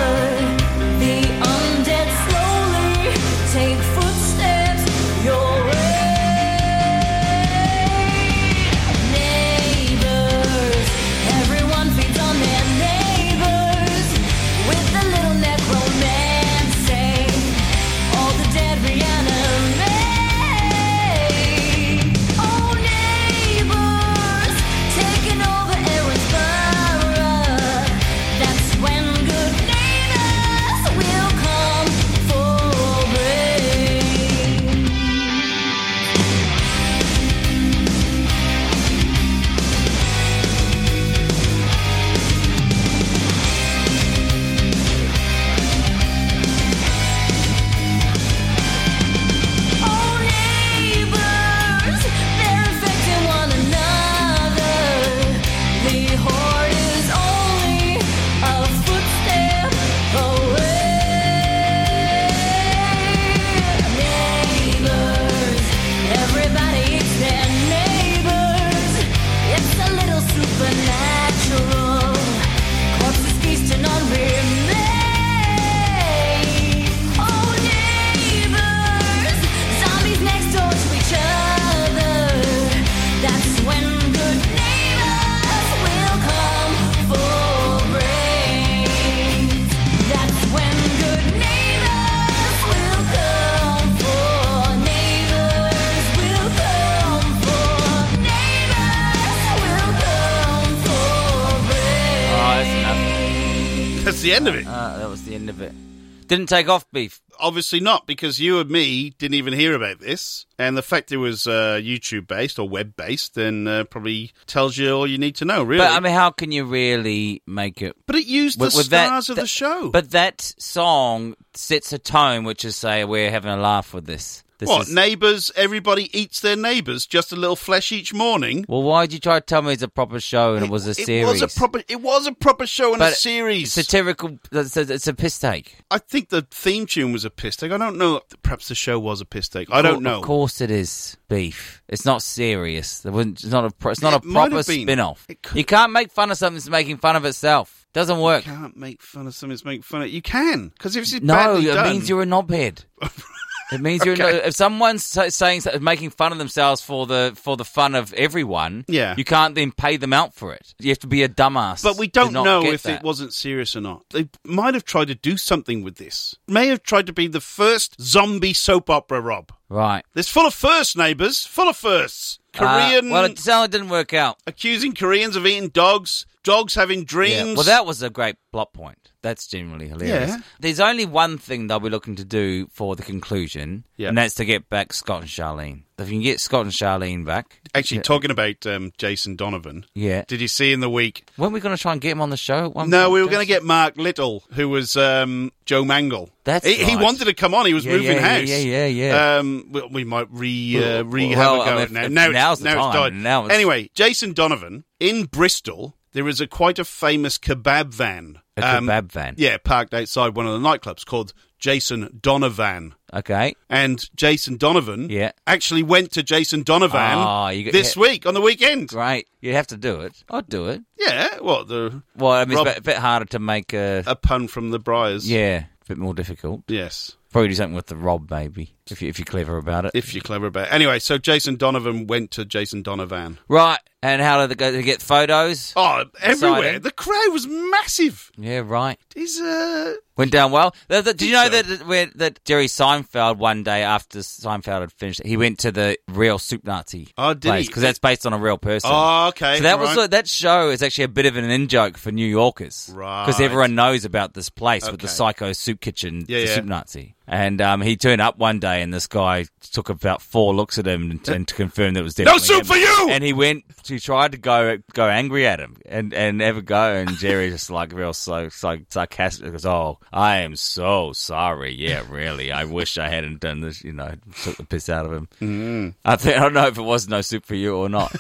Speaker 6: The undead slowly take footsteps your way. Neighbors, everyone feeds on their neighbors with a little necromancy. All the dead reanimate. Oh, neighbors, taking over Aaron's borough. That's when good neighbors will come for rain. Oh, neighbors, they're affecting one another. The horde is only a footstep away. Neighbors, everybody eats their neighbors. It's a little supernatural. Corpses feasting on remains. Oh, neighbors, zombies next door to each other. That's when good neighbors will come for brains. That's when good neighbors will come for neighbors will come for neighbors will come for brains.
Speaker 5: Oh, that's enough.
Speaker 2: That's the end of it.
Speaker 5: Uh, that was the end of it. Didn't take off beef.
Speaker 2: obviously not because you and me didn't even hear about this and the fact it was uh, youtube based or web based then uh, probably tells you all you need to know really
Speaker 5: But I mean, how can you really make it
Speaker 2: But it used the stars of the
Speaker 5: that-
Speaker 2: show
Speaker 5: But that song sets a tone, which is say we're having a laugh with this. This
Speaker 2: what
Speaker 5: is-
Speaker 2: neighbors everybody eats their neighbors just a little flesh each morning
Speaker 5: well, why did you try to tell me it's a proper show and it, was a series?
Speaker 2: It was a proper. It was a proper show and
Speaker 5: But
Speaker 2: a series.
Speaker 5: Satirical. It's a, it's a piss take.
Speaker 2: I think the theme tune was a piss take. I don't know. Perhaps the show was a piss take. I don't know.
Speaker 5: Of course, it is beef. It's not serious. There wouldn't. It's not a. pro- It's not
Speaker 2: It
Speaker 5: a
Speaker 2: might
Speaker 5: proper
Speaker 2: have been.
Speaker 5: spin-off.
Speaker 2: It could-
Speaker 5: You can't make fun of something that's making fun of itself. Doesn't work.
Speaker 2: You can't make fun of something. that's making fun of you can because if it's
Speaker 5: No,
Speaker 2: badly
Speaker 5: it
Speaker 2: done,
Speaker 5: means you're a knobhead. It means you're
Speaker 2: Okay.
Speaker 5: if someone's sa- saying so- making fun of themselves for the for the fun of everyone.
Speaker 2: Yeah.
Speaker 5: you can't then pay them out for it. You have to be a dumbass.
Speaker 2: But we
Speaker 5: to
Speaker 2: don't
Speaker 5: not
Speaker 2: know
Speaker 5: get
Speaker 2: if
Speaker 5: that.
Speaker 2: it wasn't serious or not. They might have tried to do something with this. May have tried to be the first zombie soap opera, Rob.
Speaker 5: right.
Speaker 2: It's full of firsts, neighbours. Full of firsts.
Speaker 5: Uh,
Speaker 2: Korean
Speaker 5: well, it sounded didn't work out.
Speaker 2: accusing Koreans of eating dogs. dogs having dreams.
Speaker 5: Yeah. Well, that was a great plot point. That's genuinely hilarious.
Speaker 2: Yeah.
Speaker 5: There's only one thing they'll be looking to do for the conclusion,
Speaker 2: Yeah.
Speaker 5: and that's to get back Scott and Charlene. If you can get Scott and Charlene back,
Speaker 2: Actually, talking about um, Jason Donovan.
Speaker 5: yeah.
Speaker 2: Did you see in the week?
Speaker 5: Weren't we going to try and get him on the show? At one
Speaker 2: No,
Speaker 5: point,
Speaker 2: we were going to
Speaker 5: Jason?
Speaker 2: get Mark Little, who was um, Joe Mangle.
Speaker 5: That's
Speaker 2: he, he
Speaker 5: right.
Speaker 2: wanted to come on. He was
Speaker 5: Yeah,
Speaker 2: moving
Speaker 5: yeah, yeah,
Speaker 2: house.
Speaker 5: yeah, yeah, yeah.
Speaker 2: Um, we, we might re uh,
Speaker 5: Well,
Speaker 2: re
Speaker 5: well,
Speaker 2: have
Speaker 5: well,
Speaker 2: a go
Speaker 5: if-
Speaker 2: at now.
Speaker 5: if
Speaker 2: now it's-
Speaker 5: now's the
Speaker 2: now it's
Speaker 5: time.
Speaker 2: died.
Speaker 5: Now it's-
Speaker 2: Anyway, Jason Donovan in Bristol. There is a quite a famous kebab van. um,
Speaker 5: A kebab van.
Speaker 2: Yeah, parked outside one of the nightclubs called Jason Donovan.
Speaker 5: Okay.
Speaker 2: And Jason Donovan
Speaker 5: Yeah.
Speaker 2: actually went to Jason Donovan
Speaker 5: Ah, you got-
Speaker 2: this
Speaker 5: yeah.
Speaker 2: week on the weekend.
Speaker 5: Great. You'd have to do it. I'd do it.
Speaker 2: Yeah, what the
Speaker 5: Well, I mean,
Speaker 2: Rob-
Speaker 5: it's a bit, bit harder to make a.
Speaker 2: a pun from the Briars.
Speaker 5: yeah, a bit more difficult.
Speaker 2: Yes.
Speaker 5: Probably do something with the Rob, maybe, if, you, if you're clever about it.
Speaker 2: If you're clever about it. Anyway, so Jason Donovan went to Jason Donovan.
Speaker 5: right. And how did they go? Did they get photos?
Speaker 2: Oh, everywhere.
Speaker 5: Exciting.
Speaker 2: The crowd was massive.
Speaker 5: Yeah, right.
Speaker 2: He's, uh,
Speaker 5: Went down well. The, the, do you know
Speaker 2: so.
Speaker 5: that that where, that Jerry Seinfeld one day after Seinfeld had finished, he went to the real Soup Nazi
Speaker 2: Oh, did he?
Speaker 5: because that's based on a real person.
Speaker 2: Oh, okay,
Speaker 5: So that was
Speaker 2: right.
Speaker 5: like- that show is actually a bit of an in joke for New Yorkers, Because
Speaker 2: Right.
Speaker 5: everyone knows about this place with the
Speaker 2: Okay.
Speaker 5: psycho soup kitchen,
Speaker 2: Yeah,
Speaker 5: the
Speaker 2: yeah.
Speaker 5: Soup Nazi. And um, he turned up one day, and this guy took about four looks at him and, and to confirm that it was definitely
Speaker 2: soup
Speaker 5: him.
Speaker 2: for you!
Speaker 5: And he went, he tried to go go angry at him and and have a go, and Jerry just like real so, so sarcastic goes, "Oh, I am so sorry. Yeah, really, I wish I hadn't done this. You know, took the piss out of him.
Speaker 2: Mm.
Speaker 5: I think I don't know if it was no soup for you or not.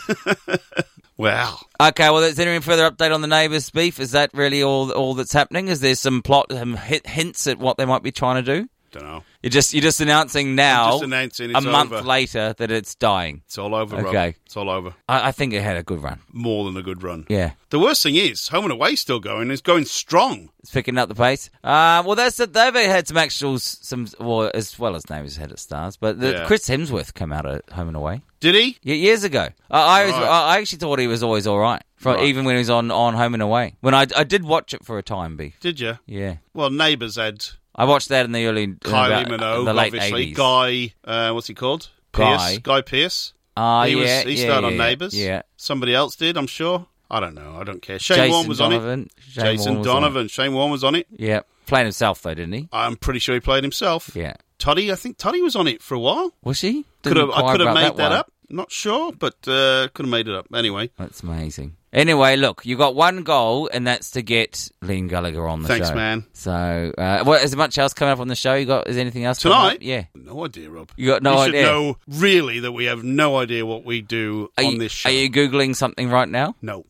Speaker 2: well,
Speaker 5: Okay, well, is there any further update on the neighbours' beef? Is that really all all that's happening? Is there some plot um, hi- hints at what they might be trying to do?
Speaker 2: don't know.
Speaker 5: You're just you're just announcing now,
Speaker 2: just announcing it's
Speaker 5: a month
Speaker 2: over.
Speaker 5: later that it's dying.
Speaker 2: It's all over, Rob.
Speaker 5: Okay.
Speaker 2: It's all over.
Speaker 5: I, I think it had a good run.
Speaker 2: More than a good run.
Speaker 5: Yeah,
Speaker 2: The worst thing is, Home and Away's still going. It's going strong.
Speaker 5: it's picking up the pace. Uh, well, that's it. They've had some actuals, some well as well as neighbours had at stars, but the,
Speaker 2: Yeah.
Speaker 5: Chris Hemsworth came out at home and away.
Speaker 2: Did he?
Speaker 5: Ye- Years ago, I I, was,
Speaker 2: Right.
Speaker 5: I I actually thought he was always all right, for,
Speaker 2: Right.
Speaker 5: even when he was on, on Home and Away. When I, I did watch it for a time, beef.
Speaker 2: Did you?
Speaker 5: Yeah,
Speaker 2: Well, Neighbours had
Speaker 5: I watched that in the early
Speaker 2: Kylie
Speaker 5: about-
Speaker 2: Minogue,
Speaker 5: the late
Speaker 2: obviously.
Speaker 5: 80s.
Speaker 2: Guy, uh, what's he called?
Speaker 5: Guy.
Speaker 2: Pierce. Guy Pierce.
Speaker 5: Ah,
Speaker 2: he
Speaker 5: yeah,
Speaker 2: was, he
Speaker 5: yeah,
Speaker 2: started
Speaker 5: yeah,
Speaker 2: on Neighbours.
Speaker 5: Yeah,
Speaker 2: Somebody else did, I'm sure. I don't know. I don't care. Shane
Speaker 5: Jason
Speaker 2: Warne was on it.
Speaker 5: Donovan. Shane
Speaker 2: Jason
Speaker 5: Warne was on it.
Speaker 2: Donovan. Shane Warne was on it.
Speaker 5: Yeah, playing himself though, didn't he?
Speaker 2: I'm pretty sure he played himself.
Speaker 5: Yeah,
Speaker 2: Toddy, I think Toddy was on it for a while.
Speaker 5: was he?
Speaker 2: Could
Speaker 5: Didn't
Speaker 2: have, I
Speaker 5: inquire
Speaker 2: could have
Speaker 5: about
Speaker 2: made that,
Speaker 5: one.
Speaker 2: up. Not sure, but uh, could have made it up anyway.
Speaker 5: That's amazing. Anyway, look, you got one goal, and that's to get Liam Gallagher on the
Speaker 2: Thanks,
Speaker 5: show.
Speaker 2: man.
Speaker 5: So, uh, what is there much else coming up on the show? You got is anything else coming
Speaker 2: Tonight?
Speaker 5: up? Yeah.
Speaker 2: No idea, Rob.
Speaker 5: You got no
Speaker 2: you should
Speaker 5: idea.
Speaker 2: know really that we have no idea what we do
Speaker 5: Are
Speaker 2: on
Speaker 5: you,
Speaker 2: this show.
Speaker 5: Are you googling something right now?
Speaker 2: no.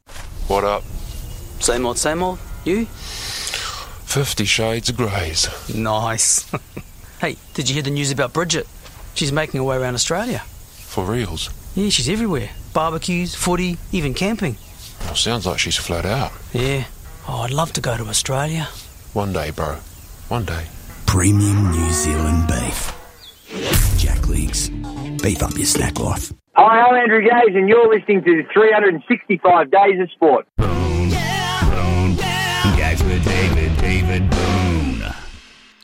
Speaker 4: What up?
Speaker 7: Same old, same old. You?
Speaker 4: Fifty Shades of Greys.
Speaker 7: Nice. hey, did you hear the news about Bridget? She's making her way around Australia.
Speaker 4: For reals.
Speaker 7: Yeah, she's everywhere. Barbecues, footy, even camping.
Speaker 4: Well, sounds like she's flat out.
Speaker 7: Yeah. Oh, I'd love to go to Australia.
Speaker 4: One day, bro. One day.
Speaker 8: Premium New Zealand beef. Jack Links. Beef up your snack life.
Speaker 9: Hi, I'm Andrew Gaze, and you're listening to 365 Days of Sport.
Speaker 8: Gags with David, David Boone.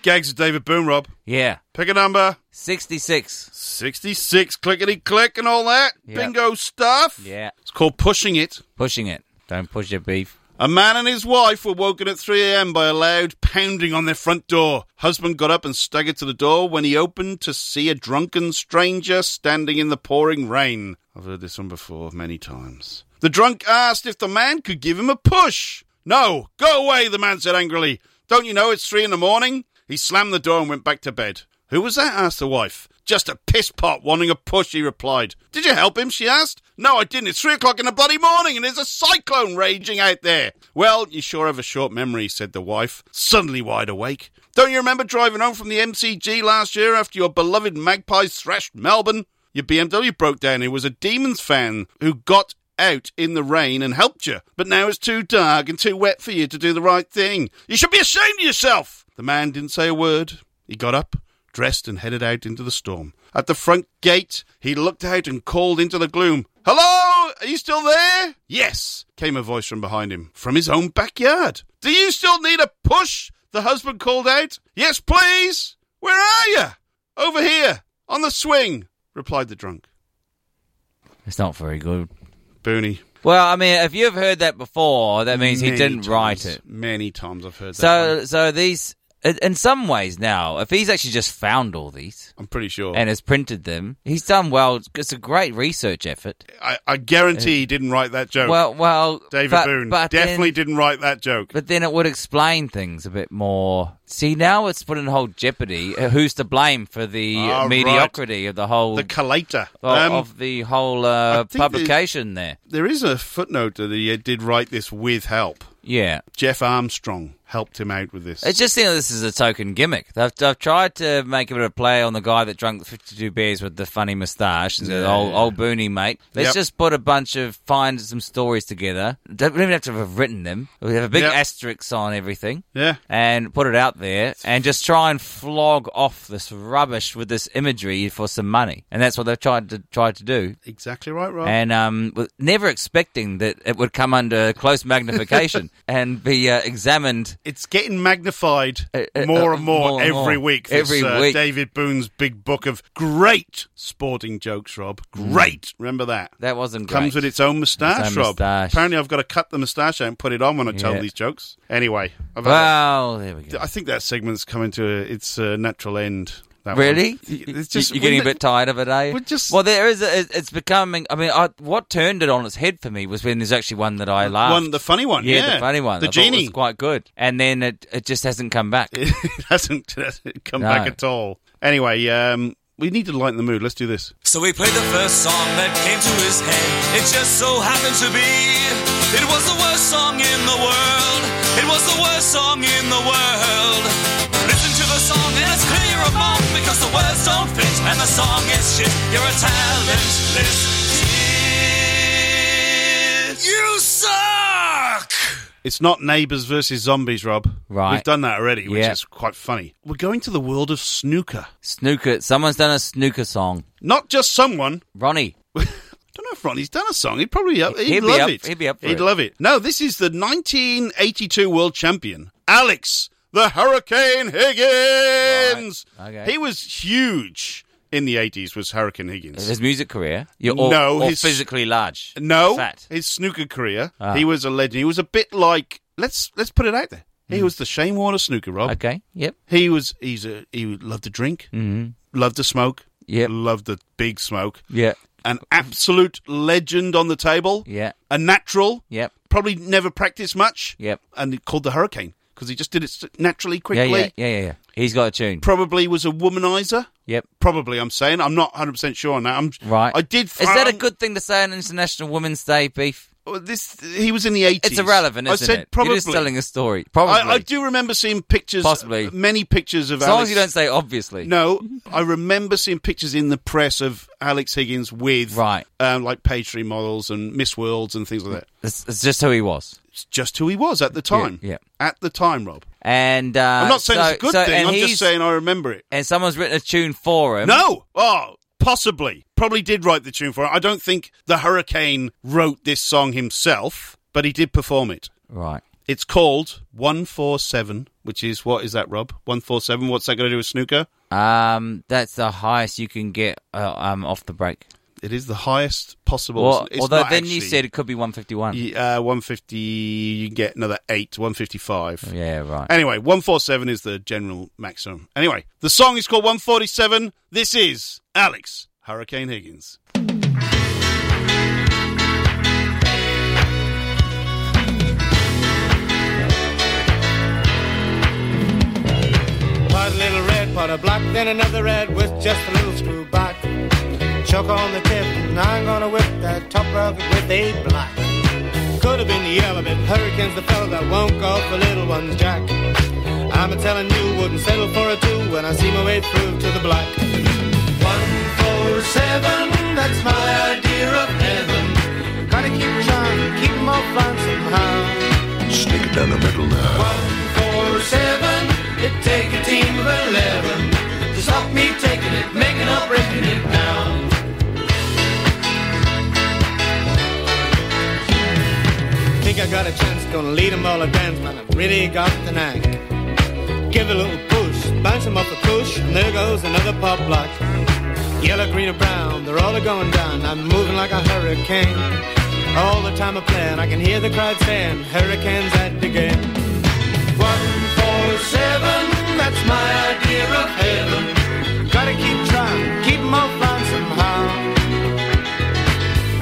Speaker 2: Gags of David Boone, Rob.
Speaker 5: Yeah,
Speaker 2: Pick a number.
Speaker 5: sixty-six.
Speaker 2: 66, clickety click and all that.
Speaker 5: Yeah.
Speaker 2: Bingo stuff.
Speaker 5: Yeah,
Speaker 2: It's called Pushing It.
Speaker 5: pushing it. Don't push your beef.
Speaker 2: A man and his wife were woken at 3 a.m. by a loud pounding on their front door. Husband got up and staggered to the door when he opened to see a drunken stranger standing in the pouring rain. I've heard this one before many times. The drunk asked if the man could give him a push. No, go away, the man said angrily. Don't you know it's three in the morning? He slammed the door and went back to bed. Who was that? asked the wife. Just a piss pot wanting a push, he replied. Did you help him? she asked. No, I didn't. It's three o'clock in the bloody morning and there's a cyclone raging out there. Well, you sure have a short memory, said the wife, suddenly wide awake. Don't you remember driving home from the MCG last year after your beloved Magpies thrashed Melbourne? Your BMW broke down. It was a Demons fan who got out in the rain and helped you. But now it's too dark and too wet for you to do the right thing. You should be ashamed of yourself. The man didn't say a word. He got up, dressed, and headed out into the storm. At the front gate, he looked out and called into the gloom. Hello, Oh, are you still there? Yes, came a voice from behind him, from his own backyard. Do you still need a push? The husband called out. Yes, please. Where are you? Over here, on the swing, replied the drunk.
Speaker 5: It's not very good.
Speaker 2: Booney.
Speaker 5: Well, I mean, if you've heard that before, that means he
Speaker 2: Many
Speaker 5: didn't write
Speaker 2: times.
Speaker 5: it.
Speaker 2: Many times I've heard that.
Speaker 5: So, so these, in in some ways, now, if he's actually just found all these
Speaker 2: I'm pretty sure.
Speaker 5: and has printed them, he's done well. It's a great research effort.
Speaker 2: I, I guarantee he didn't write that joke.
Speaker 5: Well, well,
Speaker 2: David
Speaker 5: but-
Speaker 2: Boone
Speaker 5: but then-
Speaker 2: definitely didn't write that joke.
Speaker 5: But then it would explain things a bit more. See, now it's put in whole jeopardy. Uh, Who's to blame for the
Speaker 2: Ah, right.
Speaker 5: mediocrity of the whole
Speaker 2: The collator.
Speaker 5: of,
Speaker 2: Um,
Speaker 5: of the whole
Speaker 2: I
Speaker 5: uh,
Speaker 2: think the-
Speaker 5: publication there?
Speaker 2: there is a footnote that he did write this with help.
Speaker 5: Yeah,
Speaker 2: Jeff Armstrong helped him out with this.
Speaker 5: it just seems this is a token gimmick. They've, they've tried to make a bit of play on the guy that drunk fifty-two beers with the funny moustache and said, "Old, old Booney, mate." Let's
Speaker 2: Yep.
Speaker 5: just put a bunch of find some stories together. Don't, we don't even have to have written them. We have a big
Speaker 2: Yep.
Speaker 5: asterisk on everything.
Speaker 2: yeah.
Speaker 5: and put it out there and just try and flog off this rubbish with this imagery for some money. And that's what they've tried to tried to do.
Speaker 2: Exactly right, Rob.
Speaker 5: And um, with- never expecting that it would come under close magnification and be uh, examined.
Speaker 2: it's getting magnified
Speaker 5: Uh, uh,
Speaker 2: more
Speaker 5: uh,
Speaker 2: and more,
Speaker 5: more and
Speaker 2: every
Speaker 5: more.
Speaker 2: week. This,
Speaker 5: Every
Speaker 2: uh,
Speaker 5: week.
Speaker 2: David Boone's big book of great sporting jokes, Rob. Great. Remember that.
Speaker 5: That wasn't Mm. great.
Speaker 2: Comes with its own moustache,
Speaker 5: own
Speaker 2: Rob.
Speaker 5: moustache.
Speaker 2: Apparently, I've got to cut the moustache out and put it on when I tell
Speaker 5: Yeah.
Speaker 2: these jokes. Anyway, I've had
Speaker 5: Well, there we
Speaker 2: a-
Speaker 5: go.
Speaker 2: I think that segment's coming to a, its uh, natural end. That one.
Speaker 5: Really?
Speaker 2: It's just
Speaker 5: You're getting a
Speaker 2: when
Speaker 5: bit tired of it, eh?
Speaker 2: We're just-
Speaker 5: well, there is. A, it's becoming. I mean, I, what turned it on its head for me was when there's actually one that I
Speaker 2: the
Speaker 5: laughed.
Speaker 2: one, the funny one.
Speaker 5: yeah,
Speaker 2: Yeah,
Speaker 5: the funny one.
Speaker 2: The
Speaker 5: I thought
Speaker 2: genie.
Speaker 5: was quite good, and then it it just hasn't come back.
Speaker 2: it hasn't, it hasn't come
Speaker 5: No.
Speaker 2: back at all. Anyway, um, we need to lighten the mood. Let's do this.
Speaker 10: So he played the first song that came to his head. It just so happened to be. It was the worst song in the world. It was the worst song in the world. Listen to the song and it's clear of mom because the words don't fit and the song is shit. You're a talentless kid. You suck!
Speaker 2: It's not neighbours versus zombies, Rob.
Speaker 5: Right.
Speaker 2: We've done that already, which
Speaker 5: Yeah.
Speaker 2: is quite funny. We're going to the world of snooker.
Speaker 5: Snooker. Someone's done a snooker song.
Speaker 2: Not just someone.
Speaker 5: Ronnie.
Speaker 2: I don't know if Ronnie's done a song. He'd probably he'd,
Speaker 5: He'd be
Speaker 2: love
Speaker 5: up-
Speaker 2: it.
Speaker 5: he'd be up for
Speaker 2: he'd
Speaker 5: it.
Speaker 2: love it. No, this is the 1982 world champion, Alex the Hurricane Higgins.
Speaker 5: Right. Okay.
Speaker 2: He was huge in the 80s. Was Hurricane Higgins?
Speaker 5: His music career. You're all,
Speaker 2: No,
Speaker 5: all
Speaker 2: his-
Speaker 5: physically large.
Speaker 2: No,
Speaker 5: Fat.
Speaker 2: his snooker career.
Speaker 5: Ah.
Speaker 2: He was a legend. He was a bit like let's let's put it out there. He
Speaker 5: Hmm.
Speaker 2: was the Shane Warner snooker, Rob.
Speaker 5: Okay. Yep. Mm-hmm.
Speaker 2: He was he's a he loved to drink,
Speaker 5: Hmm.
Speaker 2: mm loved to smoke,
Speaker 5: Yep.
Speaker 2: loved the big smoke.
Speaker 5: Yeah.
Speaker 2: An absolute legend on the table.
Speaker 5: Yeah.
Speaker 2: A natural.
Speaker 5: Yep.
Speaker 2: Probably never practiced much.
Speaker 5: Yep.
Speaker 2: And called the hurricane because he just did it s- naturally,
Speaker 5: Yeah,
Speaker 2: quickly.
Speaker 5: yeah. Yeah. Yeah. Yeah. He's got a tune.
Speaker 2: Probably was a womanizer.
Speaker 5: Yep.
Speaker 2: Probably, I'm saying. I'm not 100 percent sure on that. I'm
Speaker 5: Right.
Speaker 2: I did.
Speaker 5: Is that a
Speaker 2: find-
Speaker 5: good thing to say on International Women's Day, Beef?
Speaker 2: Well, This he was in the 80s.
Speaker 5: It's irrelevant,
Speaker 2: I
Speaker 5: isn't
Speaker 2: said
Speaker 5: it?
Speaker 2: probably.
Speaker 5: You're just telling a story. Probably.
Speaker 2: I, I do remember seeing pictures, uh,
Speaker 5: Possibly.
Speaker 2: many pictures of
Speaker 5: As long
Speaker 2: Alex.
Speaker 5: as you don't say obviously.
Speaker 2: No, I remember seeing pictures in the press of Alex Higgins with
Speaker 5: Right.
Speaker 2: um, like page three models and Miss Worlds and things like that.
Speaker 5: It's, it's just who he was.
Speaker 2: It's just who he was at the time.
Speaker 5: yeah.
Speaker 2: at the time, Rob.
Speaker 5: And uh,
Speaker 2: I'm not saying
Speaker 5: so,
Speaker 2: it's a good
Speaker 5: so-
Speaker 2: thing.
Speaker 5: and
Speaker 2: I'm just
Speaker 5: he's- Um,
Speaker 2: saying I remember it.
Speaker 5: And someone's written a tune for him.
Speaker 2: No, oh, possibly, probably did write the tune for it. I don't think the Hurricane wrote this song himself, but he did perform it.
Speaker 5: Right.
Speaker 2: It's called 147, which is what is that, Rob? 147. What's that going to do with snooker?
Speaker 5: Um, that's the highest you can get uh, um off the break.
Speaker 2: It is the highest possible.
Speaker 5: Well,
Speaker 2: it's
Speaker 5: although
Speaker 2: not
Speaker 5: then
Speaker 2: actually-
Speaker 5: you said it could be 151.
Speaker 2: Y- uh, 150, you can get another 8, 155.
Speaker 5: yeah, right.
Speaker 2: Anyway, 147 is the general maximum. Anyway, the song is called 147. This is Alex Hurricane Higgins.
Speaker 10: Part a little red, part a block, then another red with just a little screw back. Chuck on the tip, now I'm gonna whip that top of it with a block. Could have been the yellow, but Hurricane's the fella that won't go for little one's jack. I'm a telling you, wouldn't settle for a two when I see my way through to the black. One, four, seven, that's my idea of heaven. Gotta keep trying, keep 'em all flying somehow.
Speaker 4: Stick it down the middle now.
Speaker 10: One, four, seven. It take a team of eleven to stop me taking it, making up, breaking it down. Think I got a chance, gonna lead 'em all a dance, man. I've really got the knack. Give a little push, bounce 'em off the push, and there goes another pop block. Yellow, green, and brown, they're all a going down. I'm moving like a hurricane. All the time I plan, I can hear the crowd saying, Hurricanes at again. One, four, seven, that's my idea of heaven. Gotta keep trying, keep 'em all flying somehow.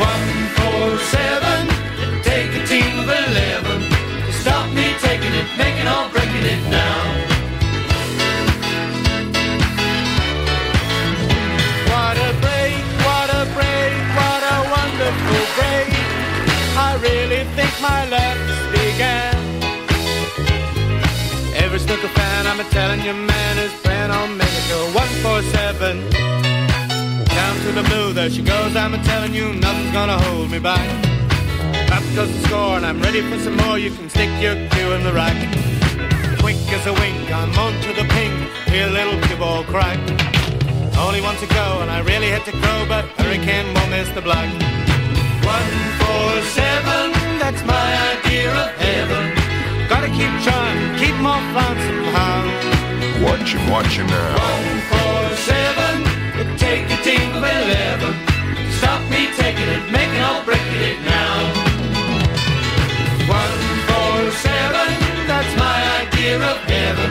Speaker 10: One, four, seven, it'd take a team of eleven to stop me taking it, making or breaking it now. What a break, what a break, what a wonderful break. I really think my love's began. Every snooker fan, I'm a telling you, man, is brand on Medical 147. Down to the blue, there she goes, I'm a telling you, nothing's gonna hold me back. Up goes the score, and I'm ready for some more. You can stick your cue in the rack. Quick as a wink, I'm on to the pink. Hear a little cue ball crack. Only one to go, and I really had to grow, but Hurricane won't miss the block. One, four, seven, that's my idea of heaven. Gotta keep trying, keep more fun somehow.
Speaker 4: Watch him, watch him now.
Speaker 10: One, four, seven, it'd take a team of eleven. Stop me taking it, making or breaking it now. One, four, seven, that's my idea of heaven.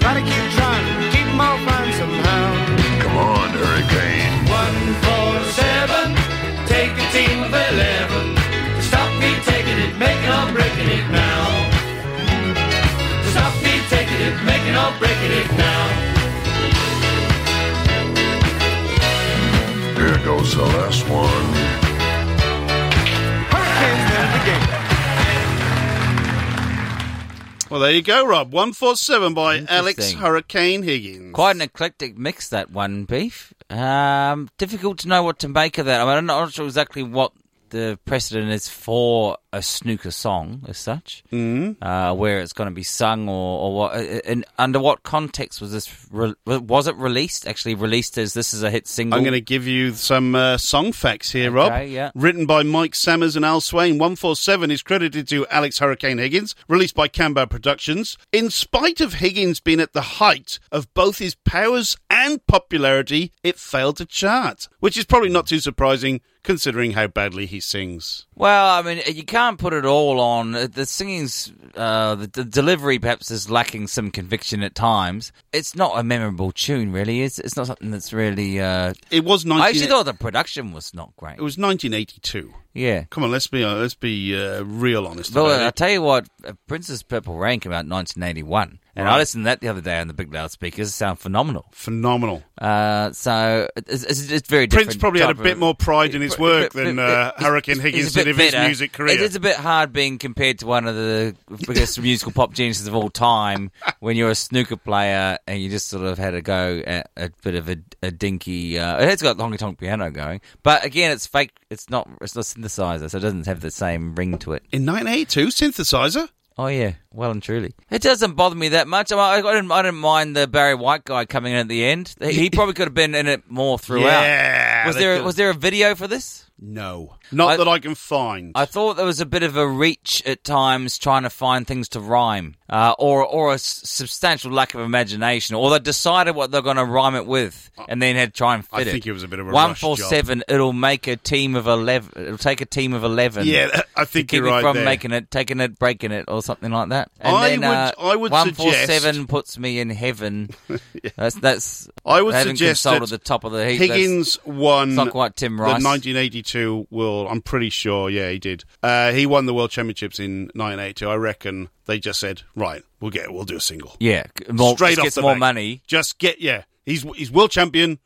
Speaker 10: Gotta keep trying, keep more fun somehow.
Speaker 4: Come on, Hurricane.
Speaker 10: One, four, seven. Take a team of eleven. Stop me taking it, making or breaking it now. Stop me taking it, making or breaking it now.
Speaker 4: There goes the last one.
Speaker 10: Hurricanes win the game.
Speaker 2: Well, there you go, Rob. 147 by Alex
Speaker 5: Interesting.
Speaker 2: Hurricane Higgins.
Speaker 5: Quite an eclectic mix, that one, Beef. Um, difficult to know what to make of that. I mean, I'm not sure exactly what the precedent is for a snooker song as such,
Speaker 2: Mm-hmm.
Speaker 5: mm. uh, where it's going to be sung or, or what. uh, And under what context was this? Re- was it released? Actually, released as this is a hit single.
Speaker 2: I'm going to give you some uh, song facts here, Rob.
Speaker 5: yeah.
Speaker 2: Written by Mike Summers and Al Swain, 147 is credited to Alex Hurricane Higgins, released by Cambo Productions. In spite of Higgins being at the height of both his powers and popularity, it failed to chart, which is probably not too surprising considering how badly he sings.
Speaker 5: Well, I mean, you can't put it all on uh, the singing's. Uh, the, the delivery perhaps is lacking some conviction at times. It's not a memorable tune, really. It's it's not something that's really. Uh,
Speaker 2: It was 19-
Speaker 5: I actually thought the production was not great.
Speaker 2: it was 1982.
Speaker 5: Yeah.
Speaker 2: Come on, let's be uh, let's be uh, real honest.
Speaker 5: But
Speaker 2: about
Speaker 5: I'll
Speaker 2: it.
Speaker 5: tell you what, uh, Prince's Purple Rain came out in 1981. And I listened to that the other day on the big loudspeakers. It sounded phenomenal.
Speaker 2: Phenomenal.
Speaker 5: Uh, so it's, it's, it's very different.
Speaker 2: Prince probably had a
Speaker 5: type
Speaker 2: bit
Speaker 5: of-
Speaker 2: more pride in his
Speaker 5: Bit-
Speaker 2: work
Speaker 5: bit-
Speaker 2: than
Speaker 5: bit-
Speaker 2: uh,
Speaker 5: it's-
Speaker 2: Hurricane
Speaker 5: it's
Speaker 2: Higgins
Speaker 5: a bit
Speaker 2: did of his
Speaker 5: better.
Speaker 2: music career.
Speaker 5: It is a bit hard being compared to one of the biggest musical pop geniuses of all time when you're a snooker player and you just sort of had a go at a bit of a, a dinky. Uh, it has got honky tonk piano going, but again, it's fake. It's not. It's not synthesizer, so it doesn't have the same ring to it.
Speaker 2: In 1982, synthesizer.
Speaker 5: Oh yeah, well and truly. It doesn't bother me that much. I, I, I didn't. I didn't mind the Barry White guy coming in at the end. He, he probably could have been in it more throughout.
Speaker 2: Yeah,
Speaker 5: Was
Speaker 2: they
Speaker 5: there
Speaker 2: could-
Speaker 5: was there a video for this?
Speaker 2: No, not
Speaker 5: I-
Speaker 2: that I can find.
Speaker 5: I thought there was a bit of a reach at times trying to find things to rhyme, uh, or or a s- substantial lack of imagination, or they decided what they're going to rhyme it with, and then had to try and fit
Speaker 2: I
Speaker 5: it.
Speaker 2: think it was a bit of a
Speaker 5: one
Speaker 2: rush
Speaker 5: four seven. It'll make a team of eleven. It'll take a team of eleven.
Speaker 2: yeah, that- I
Speaker 5: to
Speaker 2: think
Speaker 5: keep
Speaker 2: you're right
Speaker 5: it from
Speaker 2: there.
Speaker 5: making it, taking it, breaking it, or something like that. And
Speaker 2: I
Speaker 5: then,
Speaker 2: would-
Speaker 5: uh,
Speaker 2: I would
Speaker 5: one four
Speaker 2: suggest-
Speaker 5: seven puts me in heaven. That's that's.
Speaker 2: I would
Speaker 5: they haven't
Speaker 2: suggest that
Speaker 5: consulted the top of the heap. That's-
Speaker 2: Higgins won.
Speaker 5: it's not quite Tim
Speaker 2: the
Speaker 5: Rice.
Speaker 2: 1982 world. I'm pretty sure. Yeah, he did. Uh, he won the world championships in 1982. I reckon they just said, right, we'll get, it. we'll do a single.
Speaker 5: yeah, c- more,
Speaker 2: Straight
Speaker 5: just
Speaker 2: off
Speaker 5: gets
Speaker 2: the
Speaker 5: more
Speaker 2: bat.
Speaker 5: money.
Speaker 2: Just get yeah. He's he's world champion.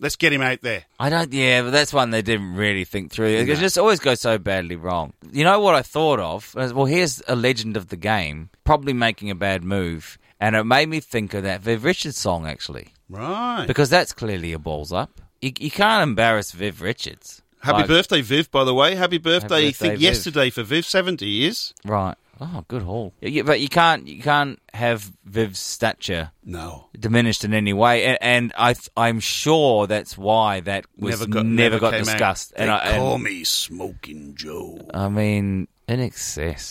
Speaker 2: Let's get him out there.
Speaker 5: I don't. Yeah, but that's one they didn't really think through. It just always goes so badly wrong. You know what I thought of? Uh, Well, here's a legend of the game, probably making a bad move, and it made me think of that Viv Richards song actually,
Speaker 2: Right.
Speaker 5: because that's clearly a balls up. You, you can't embarrass Viv Richards.
Speaker 2: Happy
Speaker 5: Like-
Speaker 2: birthday, Viv, by the way. Happy birthday, I
Speaker 5: birthday,
Speaker 2: think
Speaker 5: Viv.
Speaker 2: yesterday for Viv, 70 years.
Speaker 5: Right. Oh, good haul. Yeah, yeah, But you can't you can't have Viv's stature
Speaker 2: No.
Speaker 5: diminished in any way, and, and I th- I'm sure that's why that was
Speaker 2: Never
Speaker 5: never
Speaker 2: got,
Speaker 5: got,
Speaker 2: came out.
Speaker 5: discussed.
Speaker 2: They
Speaker 5: And I, and-
Speaker 2: call me Smoking Joe.
Speaker 5: I mean, in excess.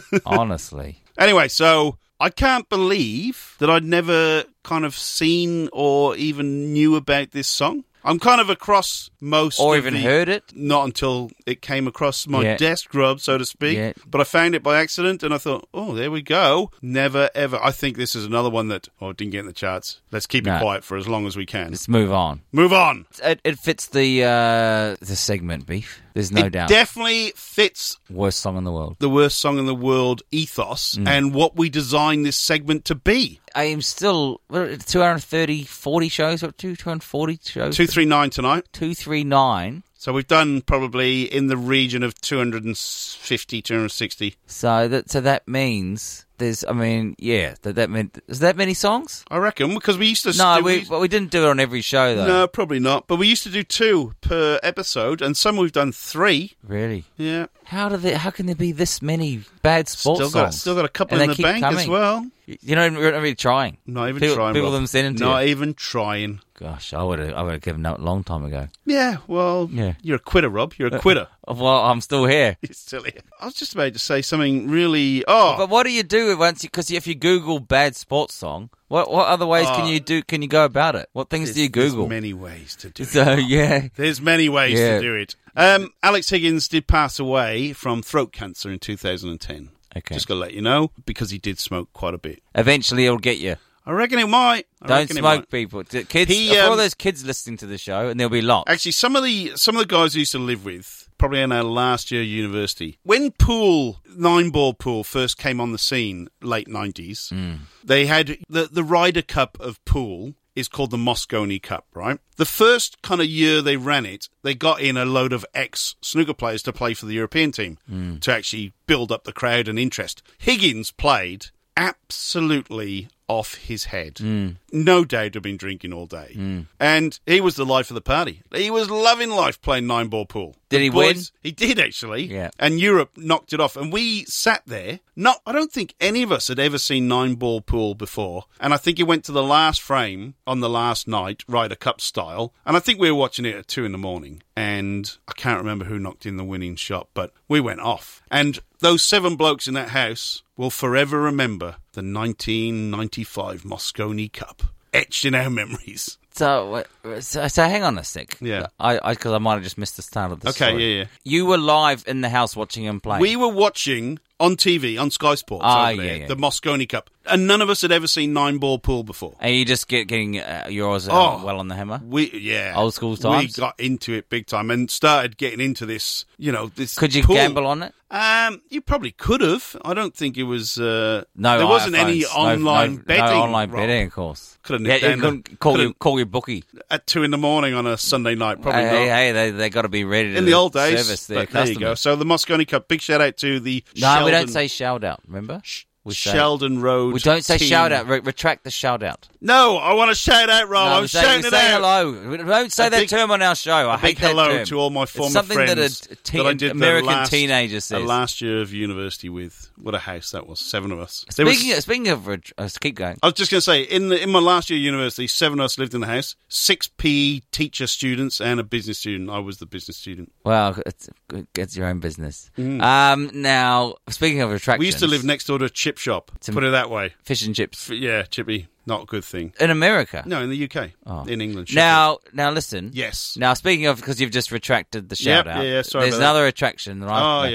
Speaker 5: Honestly.
Speaker 2: Anyway, so I can't believe that I'd never kind of seen or even knew about this song. I'm kind of across most,
Speaker 5: Or
Speaker 2: of
Speaker 5: even
Speaker 2: the-
Speaker 5: heard it?
Speaker 2: Not until it came across my
Speaker 5: Yeah.
Speaker 2: desk grub, so to speak.
Speaker 5: Yeah.
Speaker 2: But I found it by accident, and I thought, oh, there we go. Never ever. I think this is another one that oh, it didn't get in the charts. Let's keep
Speaker 5: No.
Speaker 2: it quiet for as long as we can.
Speaker 5: Let's move on.
Speaker 2: Move on.
Speaker 5: It, it fits the uh, the segment, beef. There's no
Speaker 2: it
Speaker 5: doubt.
Speaker 2: definitely fits
Speaker 5: Worst song in the world.
Speaker 2: the worst song in the world ethos
Speaker 5: Mm.
Speaker 2: and what we designed this segment to be.
Speaker 5: I am still what, 230, 40 shows up to 240 shows.
Speaker 2: Two three nine tonight.
Speaker 5: 239.
Speaker 2: So we've done probably in the region of 250, 260.
Speaker 5: So that so that means there's. I mean, yeah, that that meant is that many songs?
Speaker 2: I reckon because we used to
Speaker 5: No,
Speaker 2: do-
Speaker 5: we but we didn't do it on every show though.
Speaker 2: no probably not. But we used to do two per episode, and some we've done three.
Speaker 5: Really?
Speaker 2: Yeah,
Speaker 5: How do they? How can there be this many bad sports
Speaker 2: still got
Speaker 5: songs?
Speaker 2: still got a couple
Speaker 5: And
Speaker 2: in
Speaker 5: they
Speaker 2: the
Speaker 5: keep
Speaker 2: bank as
Speaker 5: coming.
Speaker 2: well.
Speaker 5: You know, we're not really trying.
Speaker 2: Not even
Speaker 5: people,
Speaker 2: trying.
Speaker 5: People
Speaker 2: Rob.
Speaker 5: them sending to
Speaker 2: Not
Speaker 5: you.
Speaker 2: even trying.
Speaker 5: Gosh, I would have. I would have given up a long time ago.
Speaker 2: Yeah, well,
Speaker 5: Yeah. Uh,
Speaker 2: you're a quitter, Rob. You're a quitter.
Speaker 5: Well, I'm still here.
Speaker 2: You're silly. I was just about to say something really. Oh,
Speaker 5: But what do you do once? Because if you Google bad sports song, what what other ways can
Speaker 2: Oh.
Speaker 5: you do? Can you go about it? What things
Speaker 2: there's-
Speaker 5: do you Google?
Speaker 2: There's many ways to do. it.
Speaker 5: So yeah,
Speaker 2: There's many ways
Speaker 5: Yeah.
Speaker 2: to do it. Um, Alex Higgins did pass away from throat cancer in 2010.
Speaker 5: Okay.
Speaker 2: Just gonna let you know because he did smoke quite a bit.
Speaker 5: um, Mm.
Speaker 2: Um, uh,
Speaker 5: uh,
Speaker 2: Oh. Oh, Uh,
Speaker 5: oh, Um, Oh.
Speaker 2: Oh,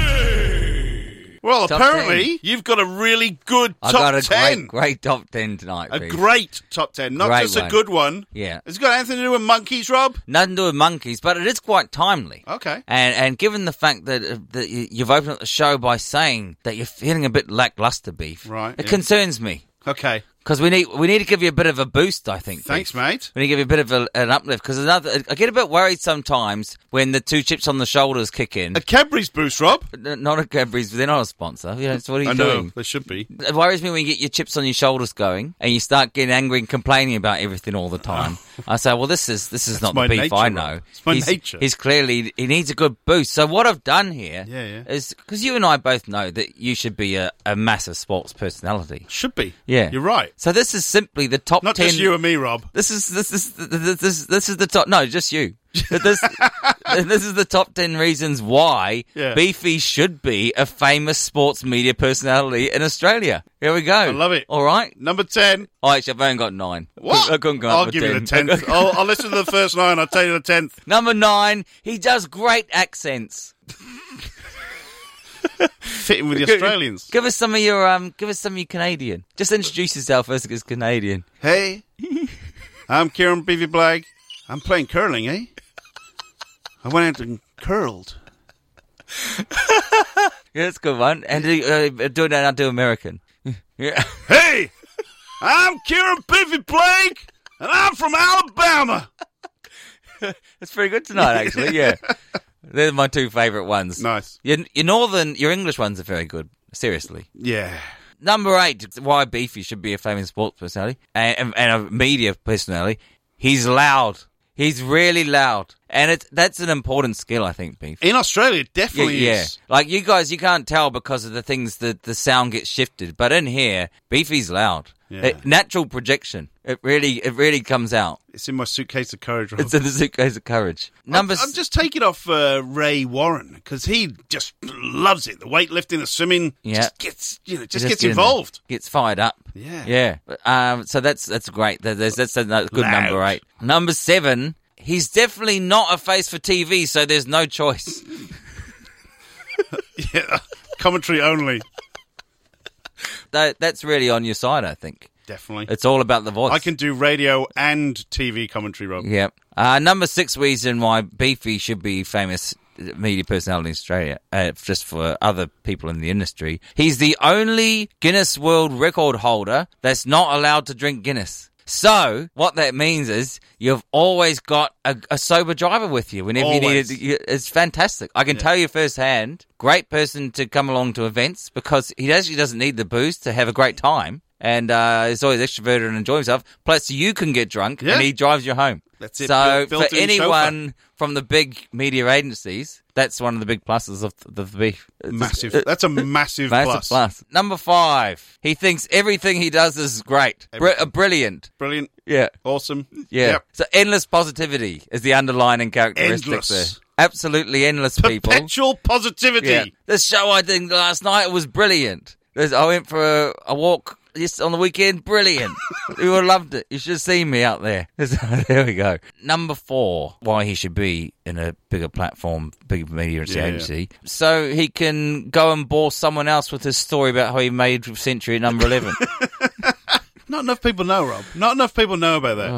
Speaker 2: Well,
Speaker 5: Top
Speaker 2: apparently
Speaker 5: 10.
Speaker 2: you've got a really good
Speaker 5: I
Speaker 2: top
Speaker 5: got a
Speaker 2: ten.
Speaker 5: great, great top ten tonight.
Speaker 2: a
Speaker 5: Reece.
Speaker 2: great top ten, not
Speaker 5: Great
Speaker 2: just a
Speaker 5: one.
Speaker 2: good one.
Speaker 5: Yeah.
Speaker 2: Has it got anything to do with monkeys, Rob?
Speaker 5: Nothing to do with monkeys, but it is quite timely.
Speaker 2: Okay.
Speaker 5: And and given the fact that, uh, that you- you've opened up the show by saying that you're feeling a bit lackluster, beef,
Speaker 2: Right,
Speaker 5: It
Speaker 2: yeah.
Speaker 5: concerns me
Speaker 2: Okay.
Speaker 5: because we need we need to give you a bit of a boost. I think.
Speaker 2: Thanks,
Speaker 5: Beef.
Speaker 2: mate.
Speaker 5: We need to give you a bit of a, an uplift because another. I get a bit worried sometimes when the two chips on the shoulders kick in.
Speaker 2: A Cadbury's boost, Rob.
Speaker 5: N- not a Cadbury's, they're not a sponsor. You know, so what are you
Speaker 2: I
Speaker 5: doing?
Speaker 2: know there should be.
Speaker 5: It worries me when you get your chips on your shoulders going and you start getting angry and complaining about everything all the time. I say, well, this is this is not
Speaker 2: my
Speaker 5: the beef
Speaker 2: nature,
Speaker 5: I
Speaker 2: Rob.
Speaker 5: know.
Speaker 2: It's my
Speaker 5: he's,
Speaker 2: nature.
Speaker 5: He's clearly he needs a good boost. So what I've done here is
Speaker 2: Yeah, yeah.
Speaker 5: because you and I both know that you should be a, a massive sports personality.
Speaker 2: Should be.
Speaker 5: Yeah,
Speaker 2: You're right.
Speaker 5: So this is simply the top
Speaker 2: Not
Speaker 5: ten.
Speaker 2: just you and me, Rob.
Speaker 5: This is this is this this, this is the top. No, just you. But this this is the top ten reasons why
Speaker 2: Yeah.
Speaker 5: Beefy should be a famous sports media personality in Australia. Here we go. I
Speaker 2: love it.
Speaker 5: All right.
Speaker 2: Number ten.
Speaker 5: Oh, actually, I've only got nine.
Speaker 2: What?
Speaker 5: I couldn't go up
Speaker 2: I'll
Speaker 5: with
Speaker 2: give you the
Speaker 5: 10.
Speaker 2: tenth. I'll, I'll listen to the first nine. I'll tell you the tenth.
Speaker 5: Number nine. He does great accents.
Speaker 2: Fitting with the Australians.
Speaker 5: Give us some of your um. Give us some of your Canadian. Just introduce yourself as as Canadian.
Speaker 2: Hey, I'm Kieran Beavy Blagg. I'm playing curling, eh? I went out and curled.
Speaker 5: Yeah, that's a good one. And uh, do it now. Do American. Yeah.
Speaker 2: Hey, I'm Kieran Beavy Blagg, and I'm from Alabama.
Speaker 5: It's pretty good tonight, actually. Yeah, they're my two favourite ones.
Speaker 2: Nice.
Speaker 5: Your, your northern, your English ones are very good. Seriously,
Speaker 2: Yeah.
Speaker 5: number eight, why Beefy should be a famous sports personality and, and, and a media personality. He's loud. He's really loud, and it's that's an important skill, I think, Beef.
Speaker 2: In Australia, it definitely
Speaker 5: Yeah,
Speaker 2: is.
Speaker 5: like you guys, you can't tell because of the things that the sound gets shifted. But in here, Beefy's loud.
Speaker 2: Yeah.
Speaker 5: It- natural projection. It really, it really comes out.
Speaker 2: It's in my suitcase of courage. Rob.
Speaker 5: It's in the suitcase of courage. Number
Speaker 2: I'm, I'm just taking off uh, Ray Warren because he just loves it. The weightlifting, the swimming,
Speaker 5: Yeah.
Speaker 2: just gets you know, just,
Speaker 5: It
Speaker 2: gets
Speaker 5: in there.
Speaker 2: involved.
Speaker 5: gets fired up.
Speaker 2: Yeah.
Speaker 5: yeah. But, Um, so that's that's great. That- That's that's a no- good
Speaker 2: Loud.
Speaker 5: number eight. Number seven, he's definitely not a face for TV, so there's no choice.
Speaker 2: Yeah, commentary only.
Speaker 5: that, that's really on your side, I think.
Speaker 2: Definitely.
Speaker 5: It's all about the voice.
Speaker 2: I can do radio and TV commentary, Rob.
Speaker 5: Yeah. Uh, number six reason why Beefy should be famous media personality in Australia, uh, just for other people in the industry. He's the only Guinness World Record holder that's not allowed to drink Guinness. So what that means is you've always got a, a sober driver with you whenever you need it.
Speaker 2: Always.
Speaker 5: You- It's fantastic. I can tell you firsthand. Great person to come along to events because he actually doesn't need the booze to have a great time. And uh, he's always extroverted and enjoy himself. Plus, you can get drunk
Speaker 2: Yeah.
Speaker 5: and he drives you home.
Speaker 2: That's it,
Speaker 5: So
Speaker 2: built- built
Speaker 5: for
Speaker 2: in
Speaker 5: anyone from the big media agencies, that's one of the big pluses of the, the beef. It's
Speaker 2: Massive.
Speaker 5: just-
Speaker 2: That's a massive,
Speaker 5: Massive
Speaker 2: plus.
Speaker 5: plus. Number five, he thinks everything he does is great, Br- uh, brilliant.
Speaker 2: Brilliant.
Speaker 5: Yeah,
Speaker 2: Awesome.
Speaker 5: yeah.
Speaker 2: Yep.
Speaker 5: So endless positivity is the underlining characteristic
Speaker 2: Endless.
Speaker 5: there. Absolutely endless people.
Speaker 2: Perpetual positivity.
Speaker 5: Yeah. This show I did last night was brilliant. There's, I went for a, a walk just on the weekend. Brilliant. you would have loved it. You should have seen me out there. So, there we go. Number four, why he should be in a bigger platform, bigger media
Speaker 2: Yeah, yeah.
Speaker 5: agency. So he can go and bore someone else with his story about how he made Century at number 11.
Speaker 2: Not enough people know, Rob. Not enough people know about that.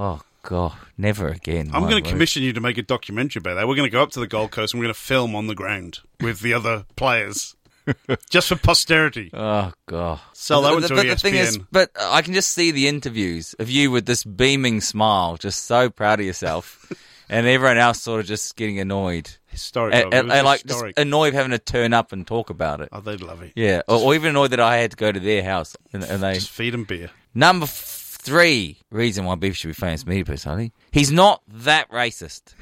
Speaker 5: oh, God. Never again.
Speaker 2: I'm
Speaker 5: My
Speaker 2: going
Speaker 5: word.
Speaker 2: to commission you to make a documentary about that. We're going to go up to the Gold Coast and we're going to film on the ground with the other players. Just for posterity.
Speaker 5: Oh, God.
Speaker 2: Sell that E
Speaker 5: But
Speaker 2: one
Speaker 5: the-
Speaker 2: to
Speaker 5: but the thing
Speaker 2: ESPN.
Speaker 5: is, but I can just see the interviews of you with this beaming smile, just so proud of yourself, and everyone else sort of just getting annoyed,
Speaker 2: historic.
Speaker 5: and,
Speaker 2: Rob. It
Speaker 5: and-
Speaker 2: was
Speaker 5: and, like just
Speaker 2: historic.
Speaker 5: annoyed of having to turn up and talk about it.
Speaker 2: oh, they'd love it.
Speaker 5: Yeah, or, or even annoyed that I had to go to their house, and, and they
Speaker 2: Just feed them beer.
Speaker 5: number f- three reason why Beef should be famous media personality. He's not that racist.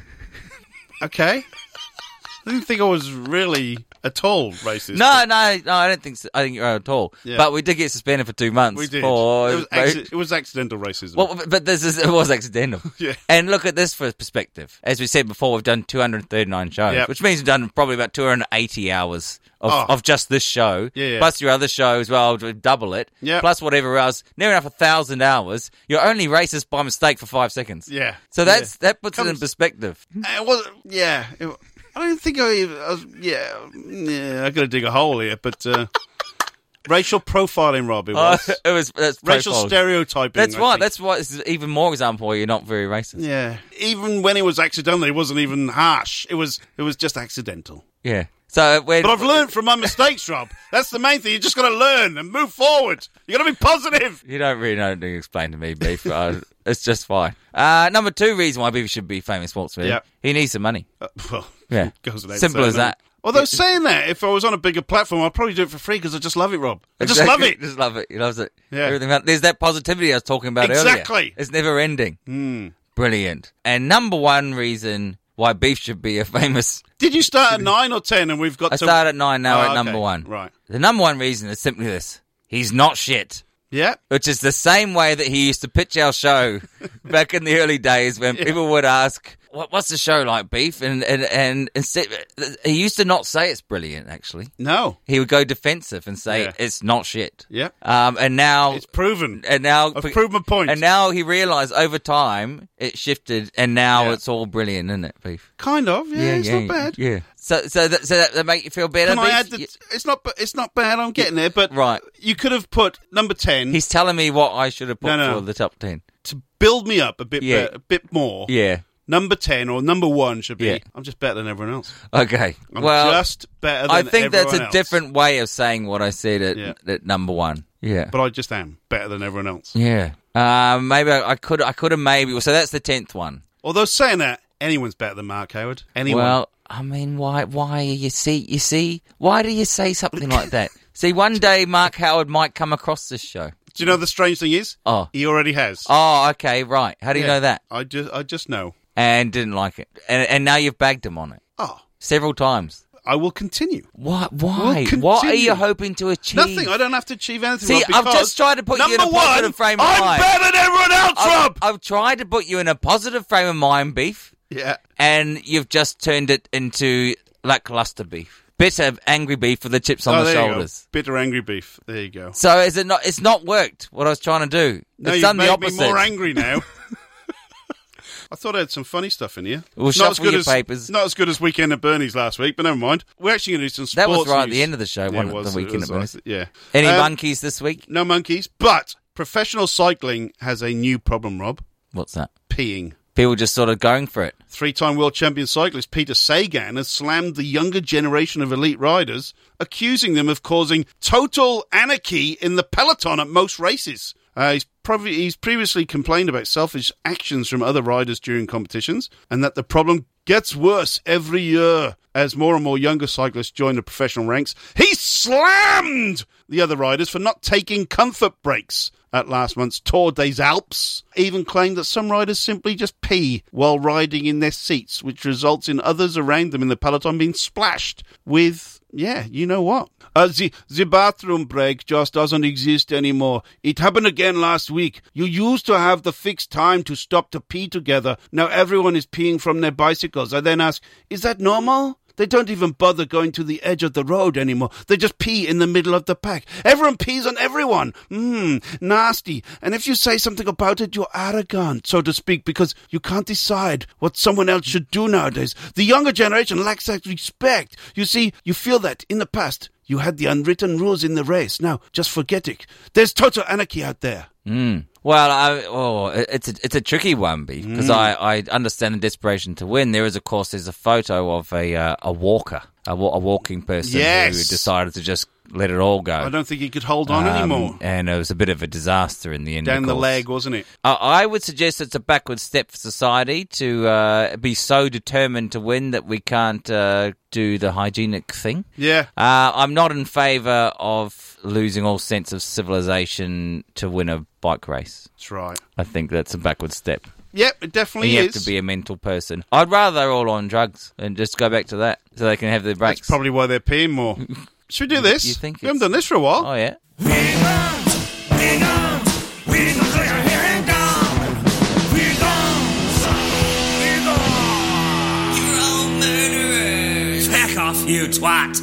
Speaker 2: Okay. I didn't think I was really at all racist.
Speaker 5: No, no, no. I don't think so. I think you're right at all.
Speaker 2: Yeah.
Speaker 5: But we did get suspended for two months.
Speaker 2: we did.
Speaker 5: for-
Speaker 2: it, was acci- it was accidental racism.
Speaker 5: Well, but- but this is, it was accidental.
Speaker 2: Yeah.
Speaker 5: And look at this for perspective. As we said before, we've done 239 shows,
Speaker 2: Yep.
Speaker 5: which means we've done probably about 280 hours of,
Speaker 2: Oh.
Speaker 5: of just this show,
Speaker 2: Yeah, yeah.
Speaker 5: plus your other show as well, to double it,
Speaker 2: Yep.
Speaker 5: plus whatever else, near enough a thousand hours. You're only racist by mistake for five seconds.
Speaker 2: yeah.
Speaker 5: So that's that puts it in
Speaker 2: Comes-
Speaker 5: perspective.
Speaker 2: It was yeah. It, I don't think I. I was, yeah, yeah. I got to dig a hole here, but uh, racial profiling, Rob. It
Speaker 5: Oh,
Speaker 2: was
Speaker 5: it was that's
Speaker 2: racial
Speaker 5: profiled.
Speaker 2: stereotyping.
Speaker 5: That's
Speaker 2: I
Speaker 5: why.
Speaker 2: think.
Speaker 5: That's why. It's even more example. Why you're not very racist.
Speaker 2: yeah. Even when it was accidental, it wasn't even harsh. It was. It was just accidental.
Speaker 5: Yeah. So uh, when,
Speaker 2: But I've learned from my mistakes, Rob. That's the main thing. You just got to learn and move forward. You got to be positive.
Speaker 5: You don't really know. to explain to me, beef. but I, it's just fine. Uh, number two reason why beef should be famous sportsman.
Speaker 2: Yeah.
Speaker 5: He needs some money.
Speaker 2: Uh, well,
Speaker 5: Yeah.
Speaker 2: goes without
Speaker 5: Simple
Speaker 2: saying,
Speaker 5: as that.
Speaker 2: Although saying that, if I was on a bigger platform, I'd probably do it for free because I just love it, Rob. I just
Speaker 5: Exactly.
Speaker 2: love it.
Speaker 5: Just love it. He loves it.
Speaker 2: Yeah.
Speaker 5: Everything about there's that positivity I was talking about earlier.
Speaker 2: Exactly. Hmm.
Speaker 5: It's never ending. Brilliant. And number one reason why beef should be a famous.
Speaker 2: Did you start at nine or ten? And we've got
Speaker 5: I
Speaker 2: to
Speaker 5: start at nine now
Speaker 2: Oh,
Speaker 5: at
Speaker 2: okay.
Speaker 5: number one.
Speaker 2: Right.
Speaker 5: The number one reason is simply this: he's not shit.
Speaker 2: Yeah.
Speaker 5: which is the same way that he used to pitch our show back in the early days when people would ask, what, "What's the show like, Beef?" and and and instead he used to not say it's brilliant. Actually,
Speaker 2: No.
Speaker 5: he would go defensive and say
Speaker 2: Yeah.
Speaker 5: it's not shit.
Speaker 2: Yeah.
Speaker 5: Um, and now
Speaker 2: It's proven.
Speaker 5: and now
Speaker 2: I've proved my point.
Speaker 5: And now he realised over time it shifted, and now
Speaker 2: Yeah.
Speaker 5: it's all brilliant, isn't it, Beef?
Speaker 2: Kind of. Yeah. it's not bad.
Speaker 5: Yeah. So so that, so that, that make you feel better.
Speaker 2: Can I
Speaker 5: Beef?
Speaker 2: add that
Speaker 5: Yeah.
Speaker 2: it's not? ba- It's not bad. I'm getting there, but
Speaker 5: Right.
Speaker 2: You could have put number ten
Speaker 5: He's telling me what I should have put
Speaker 2: No, no.
Speaker 5: for the top ten.
Speaker 2: to build me up a bit.
Speaker 5: Yeah.
Speaker 2: bet- a bit more.
Speaker 5: Yeah.
Speaker 2: Number ten or number one should be.
Speaker 5: Yeah.
Speaker 2: I'm just better than everyone else.
Speaker 5: Okay.
Speaker 2: I'm
Speaker 5: well,
Speaker 2: just better. than
Speaker 5: I think that's
Speaker 2: everyone
Speaker 5: a
Speaker 2: else.
Speaker 5: different way of saying what I said at,
Speaker 2: Yeah.
Speaker 5: at number one. Yeah.
Speaker 2: But I just am better than everyone else.
Speaker 5: yeah. Uh, maybe I, I could. I could have maybe. So that's the tenth one.
Speaker 2: Although saying that, anyone's better than Mark Howard. Anyone.
Speaker 5: Well, I mean, why? Why you see? You see? Why do you say something like that? see, one day Mark Howard might come across this show.
Speaker 2: Do you know the strange thing is?
Speaker 5: Oh.
Speaker 2: He already has.
Speaker 5: Oh, okay, right. How do you know that?
Speaker 2: I just, I just know.
Speaker 5: And didn't like it, and and now you've bagged him on it
Speaker 2: Oh,
Speaker 5: several times.
Speaker 2: I will continue.
Speaker 5: Why? Why? what are
Speaker 2: continue.
Speaker 5: you hoping to achieve?
Speaker 2: Nothing. I don't have to achieve anything.
Speaker 5: See,
Speaker 2: Rob,
Speaker 5: I've
Speaker 2: because
Speaker 5: just tried to put you in a
Speaker 2: number
Speaker 5: positive
Speaker 2: one,
Speaker 5: frame of
Speaker 2: I'm
Speaker 5: mind.
Speaker 2: better than everyone else,
Speaker 5: I've,
Speaker 2: Rob.
Speaker 5: I've tried to put you in a positive frame of mind, beef.
Speaker 2: Yeah.
Speaker 5: and you've just turned it into lackluster beef. Bitter, angry beef with the chips on
Speaker 2: oh,
Speaker 5: the
Speaker 2: there
Speaker 5: shoulders.
Speaker 2: You go. Bitter angry beef. There you go.
Speaker 5: So is it not? It's not worked. What I was trying to do.
Speaker 2: No,
Speaker 5: it's
Speaker 2: you've
Speaker 5: done
Speaker 2: made
Speaker 5: the opposite.
Speaker 2: me more angry now. I thought I had some funny stuff in here.
Speaker 5: We'll
Speaker 2: not as
Speaker 5: shuffle
Speaker 2: good
Speaker 5: your
Speaker 2: as,
Speaker 5: papers.
Speaker 2: Not as good as Weekend at Bernie's last week, but never mind. We're actually going to do some sports
Speaker 5: That was right at
Speaker 2: news.
Speaker 5: the end of the show,
Speaker 2: Yeah,
Speaker 5: wasn't
Speaker 2: it
Speaker 5: it,
Speaker 2: was,
Speaker 5: the Weekend at
Speaker 2: was,
Speaker 5: Bernie's?
Speaker 2: Yeah.
Speaker 5: Any
Speaker 2: Um,
Speaker 5: monkeys this week?
Speaker 2: No monkeys, but professional cycling has a new problem, Rob.
Speaker 5: What's that?
Speaker 2: Peeing.
Speaker 5: People just sort of going for it.
Speaker 2: Three time world champion cyclist Peter Sagan has slammed the younger generation of elite riders, accusing them of causing total anarchy in the peloton at most races. Uh, he's, prov- he's previously complained about selfish actions from other riders during competitions and that the problem gets worse every year as more and more younger cyclists join the professional ranks. He slammed the other riders for not taking comfort breaks at last month's Tour des Alpes, even claimed that some riders simply just pee while riding in their seats, which results in others around them in the peloton being splashed with, yeah, you know what. Uh, the, the bathroom break just doesn't exist anymore. It happened again last week. You used to have the fixed time to stop to pee together. Now everyone is peeing from their bicycles. I then ask, is that normal? They don't even bother going to the edge of the road anymore. They just pee in the middle of the pack. Everyone pees on everyone. Mmm, nasty. And if you say something about it, you're arrogant, so to speak, because you can't decide what someone else should do nowadays. The younger generation lacks that respect. You see, you feel that in the past. You had the unwritten rules in the race. Now, just forget it. There's total anarchy out there.
Speaker 5: Hmm. Well, I, oh, it- it's a, it's a tricky one, beef,
Speaker 2: Hmm.
Speaker 5: because I, I understand the desperation to win. There is, of course, there's a photo of a uh, a walker, a, wa- a walking person
Speaker 2: Yes.
Speaker 5: who decided to just let it all go.
Speaker 2: I don't think he could hold on
Speaker 5: Uh, Um,
Speaker 2: anymore.
Speaker 5: And it was a bit of a disaster in the end.
Speaker 2: Down
Speaker 5: of
Speaker 2: the
Speaker 5: course.
Speaker 2: leg, wasn't it?
Speaker 5: I I would suggest it's a backward step for society to uh, be so determined to win that we can't uh, do the hygienic thing.
Speaker 2: Yeah.
Speaker 5: Uh, I'm not in favour of losing all sense of civilization to win a bike race.
Speaker 2: That's right.
Speaker 5: I think that's a backward step.
Speaker 2: Yep, it
Speaker 5: And
Speaker 2: definitely
Speaker 5: you
Speaker 2: is.
Speaker 5: have to be a mental person. I'd rather they're all on drugs and just go back to that so they can have their breaks.
Speaker 2: That's probably why they're paying more. Should we do this?
Speaker 5: you think
Speaker 2: we haven't
Speaker 5: it's-
Speaker 2: done this for a while.
Speaker 5: oh, yeah.
Speaker 6: You're all murderers. Back off, you twat.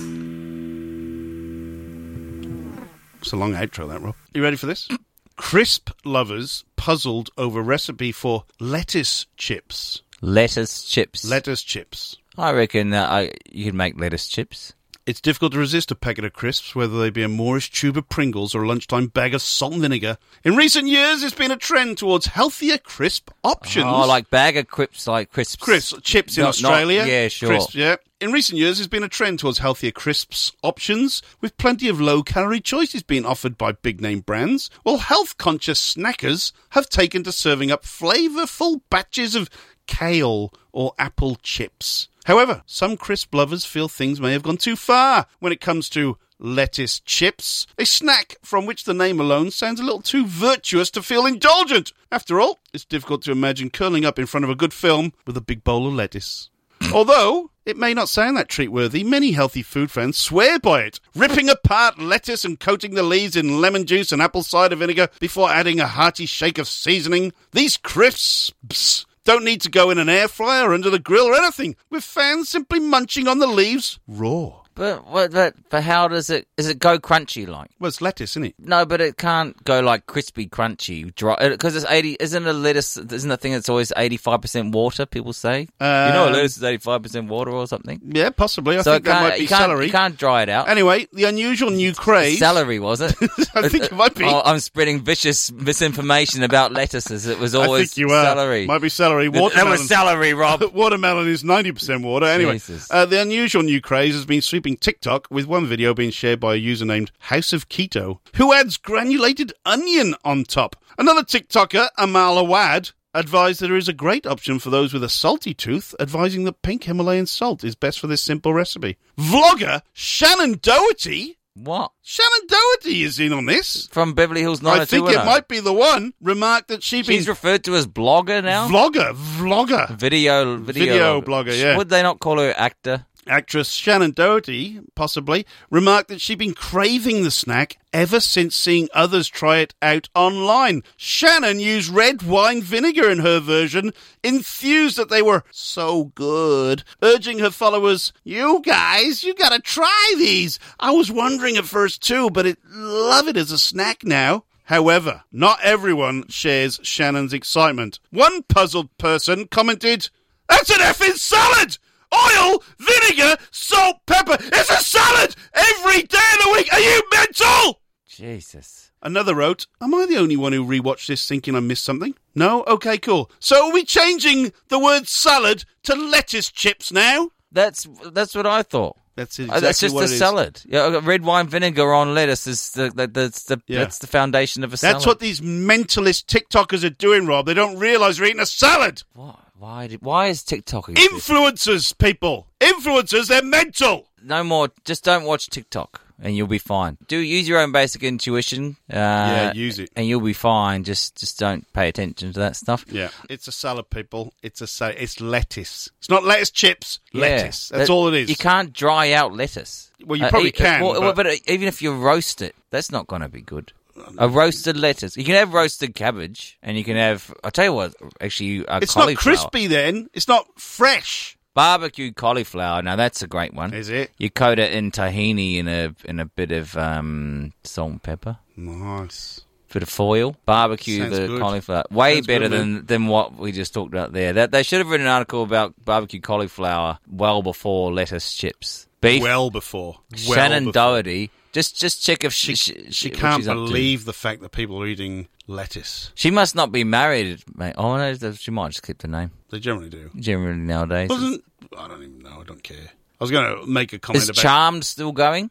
Speaker 2: It's a long outro, that Rob. You ready for this? Crisp lovers puzzled over recipe for lettuce chips.
Speaker 5: Lettuce chips.
Speaker 2: Lettuce chips.
Speaker 5: I reckon uh, I, you can make lettuce chips.
Speaker 2: It's difficult to resist a packet of crisps, whether they be a Moorish tube of Pringles or a lunchtime bag of salt and vinegar. In recent years, it's been a trend towards healthier crisp options.
Speaker 5: Oh, like bag of crisps, like crisps.
Speaker 2: crisps, chips in
Speaker 5: Not- not-
Speaker 2: Australia.
Speaker 5: yeah, sure.
Speaker 2: Crisps, yeah. In recent years, there's been a trend towards healthier crisps options, with plenty of low-calorie choices being offered by big-name brands. While health-conscious snackers have taken to serving up flavourful batches of kale or apple chips. However, some crisp lovers feel things may have gone too far when it comes to lettuce chips, a snack from which the name alone sounds a little too virtuous to feel indulgent. After all, it's difficult to imagine curling up in front of a good film with a big bowl of lettuce. Although it may not sound that treat worthy, many healthy food fans swear by it, ripping apart lettuce and coating the leaves in lemon juice and apple cider vinegar before adding a hearty shake of seasoning. These crisps don't need to go in an air fryer or under the grill or anything, with fans simply munching on the leaves raw.
Speaker 5: But what? But, but how does it? Does it go crunchy like?
Speaker 2: Well, it's lettuce, isn't it?
Speaker 5: No, but it can't go like crispy, crunchy, dry. Because it's eighty. Isn't a lettuce? Isn't the thing that's always eighty-five percent water? People say. you know, a
Speaker 2: Um,
Speaker 5: lettuce is eighty-five percent water or something.
Speaker 2: Yeah, possibly. I
Speaker 5: so
Speaker 2: think
Speaker 5: it can't,
Speaker 2: that might be
Speaker 5: you can't,
Speaker 2: celery.
Speaker 5: You can't dry it out.
Speaker 2: Anyway, the unusual new craze.
Speaker 5: Celery was it?
Speaker 2: I think it might be.
Speaker 5: Oh, I'm spreading vicious misinformation about lettuces. It was always
Speaker 2: I think you are.
Speaker 5: celery.
Speaker 2: Might be celery.
Speaker 5: Th- that
Speaker 2: Watermelon.
Speaker 5: was celery, Rob.
Speaker 2: Watermelon is 90% water. Anyway,
Speaker 5: Jesus.
Speaker 2: uh, the unusual new craze has been sweeping TikTok, with one video being shared by a user named House of Keto, who adds granulated onion on top. Another TikToker, Amal Awad, advised that there is a great option for those with a salty tooth, advising that pink Himalayan salt is best for this simple recipe. Vlogger Shannon Doherty.
Speaker 5: what?
Speaker 2: Shannon Doherty is in on this.
Speaker 5: From Beverly Hills
Speaker 2: I think it
Speaker 5: 90210.
Speaker 2: might be the one. Remarked that she'd been
Speaker 5: eh? She's referred to as blogger now.
Speaker 2: vlogger, vlogger.
Speaker 5: video, video,
Speaker 2: Video blogger, yeah.
Speaker 5: Would they not call her actor?
Speaker 2: Actress Shannon Doherty, possibly, remarked that she'd been craving the snack ever since seeing others try it out online. Shannon used red wine vinegar in her version, enthused that they were so good, urging her followers, You guys, you gotta try these. I was wondering at first too, but it love it as a snack now. However, not everyone shares Shannon's excitement. One puzzled person commented, That's an effing salad! Oil, vinegar, salt, pepper. It's a salad every day of the week. Are you mental?
Speaker 5: Jesus.
Speaker 2: Another wrote, Am I the only one who rewatched this thinking I missed something? No? Okay, cool. So are we changing the word salad to lettuce chips now?
Speaker 5: That's that's what I thought.
Speaker 2: That's
Speaker 5: Uh, that's just a salad. Yeah, red wine vinegar on lettuce is the, the, that's the
Speaker 2: Yeah.
Speaker 5: that's the foundation of a salad.
Speaker 2: That's what these mentalist TikTokers are doing, Rob. They don't realise they're eating a salad.
Speaker 5: Why? Why, did, why is TikTok? exist?
Speaker 2: Influencers, people. Influencers, they're mental.
Speaker 5: no more. Just don't watch TikTok, and you'll be fine. Do use your own basic intuition. Uh, yeah,
Speaker 2: use it.
Speaker 5: and you'll be fine. Just just don't pay attention to that stuff.
Speaker 2: Yeah, it's a salad, people. It's a salad. It's lettuce. It's not lettuce chips.
Speaker 5: Yeah,
Speaker 2: lettuce. That's
Speaker 5: that-
Speaker 2: all it is.
Speaker 5: You can't dry out lettuce.
Speaker 2: Well, you probably
Speaker 5: e-
Speaker 2: can,
Speaker 5: Well, well,
Speaker 2: but-
Speaker 5: but even if you roast it, that's not going to be good. A roasted lettuce. You can have roasted cabbage, and you can have. I tell you what, actually, uh,
Speaker 2: It's not
Speaker 5: cauliflower.
Speaker 2: crispy then. It's not fresh.
Speaker 5: Barbecue cauliflower. Now that's a great one.
Speaker 2: Is it?
Speaker 5: You coat it in tahini and a and a bit of um, salt and pepper.
Speaker 2: Nice.
Speaker 5: bit of foil, barbecue
Speaker 2: Sounds
Speaker 5: the
Speaker 2: good.
Speaker 5: cauliflower. Way
Speaker 2: Sounds
Speaker 5: better
Speaker 2: good,
Speaker 5: than, than what we just talked about there. That they should have written an article about barbecue cauliflower well before lettuce chips. Beef.
Speaker 2: Well before. Well
Speaker 5: Shannon
Speaker 2: before.
Speaker 5: Doherty. Just just check if she she,
Speaker 2: She
Speaker 5: what
Speaker 2: can't
Speaker 5: she's up to.
Speaker 2: believe the fact that people are eating lettuce.
Speaker 5: She must not be married, mate. Oh no, th- she might just keep the name.
Speaker 2: They generally do.
Speaker 5: Generally nowadays,
Speaker 2: Wasn't I don't even know. I don't care. I was going to make a comment
Speaker 5: is
Speaker 2: about
Speaker 5: Charmed still going?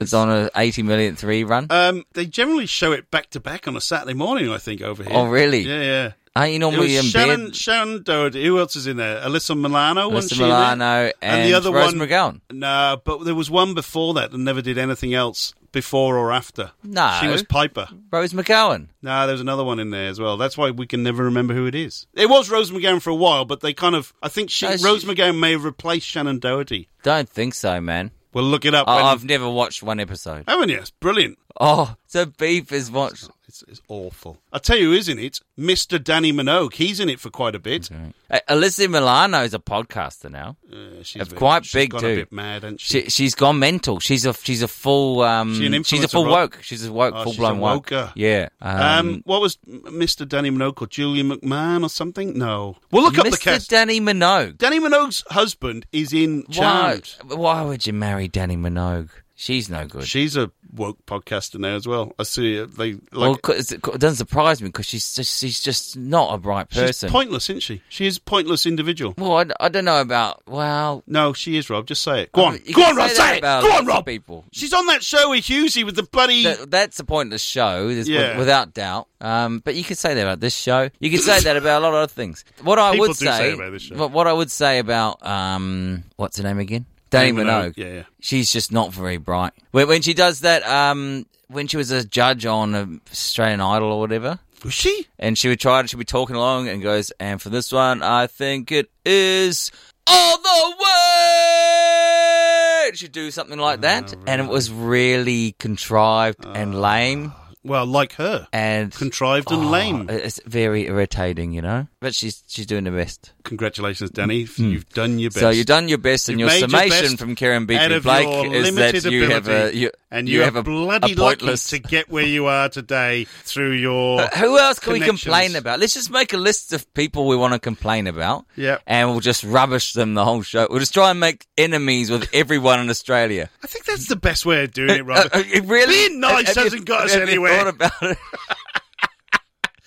Speaker 5: It's on a eighty millionth rerun.
Speaker 2: um, they generally show it back to back on a Saturday morning. I think over here.
Speaker 5: Oh, really?
Speaker 2: Yeah, yeah.
Speaker 5: Aren't you
Speaker 2: It
Speaker 5: normally
Speaker 2: was
Speaker 5: in
Speaker 2: Shannon,
Speaker 5: bed?
Speaker 2: Shannon Doherty. Who else is in there? Alyssa Milano. wasn't
Speaker 5: Alyssa
Speaker 2: she in there?
Speaker 5: Milano and Rose
Speaker 2: one.
Speaker 5: McGowan.
Speaker 2: No, but there was one before that that never did anything else before or after.
Speaker 5: No.
Speaker 2: she was Piper.
Speaker 5: Rose McGowan.
Speaker 2: No, there's another one in there as well. That's why we can never remember who it is. It was Rose McGowan for a while, but they kind of. I think she,
Speaker 5: No, she-
Speaker 2: Rose McGowan may have replaced Shannon Doherty.
Speaker 5: Don't think so, man. Oh,
Speaker 2: We'll look it up.
Speaker 5: I-
Speaker 2: when-
Speaker 5: I've never watched one episode.
Speaker 2: haven't you? It's brilliant.
Speaker 5: Oh, so beef is what
Speaker 2: It's, it's awful. I tell you, who is in it? Mr. Danny Minogue. He's in it for quite a bit.
Speaker 5: Uh, Alyssa Milano's a podcaster now.
Speaker 2: Uh, she's
Speaker 5: Of
Speaker 2: a bit-
Speaker 5: quite
Speaker 2: she's
Speaker 5: big,
Speaker 2: gone
Speaker 5: too.
Speaker 2: A bit mad, and she,
Speaker 5: She, she's gone mental. She's a she's a full um
Speaker 2: She an
Speaker 5: she's a
Speaker 2: influencer,
Speaker 5: full
Speaker 2: Rob?
Speaker 5: woke. She's a woke,
Speaker 2: Oh,
Speaker 5: full
Speaker 2: she's
Speaker 5: blown
Speaker 2: a
Speaker 5: woke.
Speaker 2: woker.
Speaker 5: Yeah.
Speaker 2: Um, what was Mr. Danny Minogue called? Julian McMahon or something? No. Well, look up the
Speaker 5: Mr.
Speaker 2: cast.
Speaker 5: Danny Minogue.
Speaker 2: Danny Minogue's husband is in
Speaker 5: Why,
Speaker 2: Charmed.
Speaker 5: why would you marry Danny Minogue? She's no good.
Speaker 2: She's a woke podcaster now as well. I see her. They like
Speaker 5: well, 'cause it doesn't surprise me because she's just, she's just not a bright
Speaker 2: she's
Speaker 5: person.
Speaker 2: pointless, isn't she? She is a pointless individual.
Speaker 5: well, I, I don't know about. Well,
Speaker 2: No, she is Rob. Just say it. Go on,
Speaker 5: Oh, you
Speaker 2: go
Speaker 5: can
Speaker 2: on, Rob.
Speaker 5: that
Speaker 2: Say it.
Speaker 5: about
Speaker 2: Go
Speaker 5: lots
Speaker 2: on,
Speaker 5: of
Speaker 2: Rob.
Speaker 5: People.
Speaker 2: She's on that show with Husey with the bloody.
Speaker 5: That, that's a pointless show, there's-
Speaker 2: Yeah.
Speaker 5: without doubt. Um, but you could say that about this show. You could say that about a lot of other things. What I
Speaker 2: People
Speaker 5: would
Speaker 2: do
Speaker 5: say,
Speaker 2: say about this show.
Speaker 5: What, what I would say about um, what's her name again? Danny
Speaker 2: Dame
Speaker 5: Minogue.
Speaker 2: Yeah, yeah.
Speaker 5: She's just not very bright. When, when she does that, um, when she was a judge on um, Australian Idol or whatever,
Speaker 2: Was she?
Speaker 5: and she would try to, she'd be talking along and goes, and for this one, I think it is all the way. She'd do something like that,
Speaker 2: Oh,
Speaker 5: and it was really contrived and lame.
Speaker 2: Well, like her.
Speaker 5: And
Speaker 2: Ah. Contrived and
Speaker 5: Oh,
Speaker 2: lame.
Speaker 5: It's very irritating, you know. But she's she's doing her best.
Speaker 2: Congratulations, Danny. You've done your best.
Speaker 5: Hmm. So you've done your best, and
Speaker 2: You've
Speaker 5: your
Speaker 2: made your
Speaker 5: summation
Speaker 2: best
Speaker 5: from Karen
Speaker 2: out
Speaker 5: Beaton
Speaker 2: of your
Speaker 5: Blake is that
Speaker 2: limited
Speaker 5: you have a
Speaker 2: ability,
Speaker 5: you,
Speaker 2: and
Speaker 5: you
Speaker 2: you
Speaker 5: have
Speaker 2: are
Speaker 5: a
Speaker 2: bloody
Speaker 5: a
Speaker 2: lucky
Speaker 5: pointless.
Speaker 2: to get where you are today through your.
Speaker 5: Who else can we
Speaker 2: connections.
Speaker 5: complain about? Let's just make a list of people we want to complain about.
Speaker 2: Yep.
Speaker 5: And we'll just rubbish them the whole show. We'll just try and make enemies with everyone in Australia.
Speaker 2: I think that's the best way of doing it, Robert.
Speaker 5: Uh, uh, it really?
Speaker 2: Being nice
Speaker 5: Have- have
Speaker 2: hasn't
Speaker 5: you-
Speaker 2: got us
Speaker 5: have you
Speaker 2: anywhere.
Speaker 5: thought about it?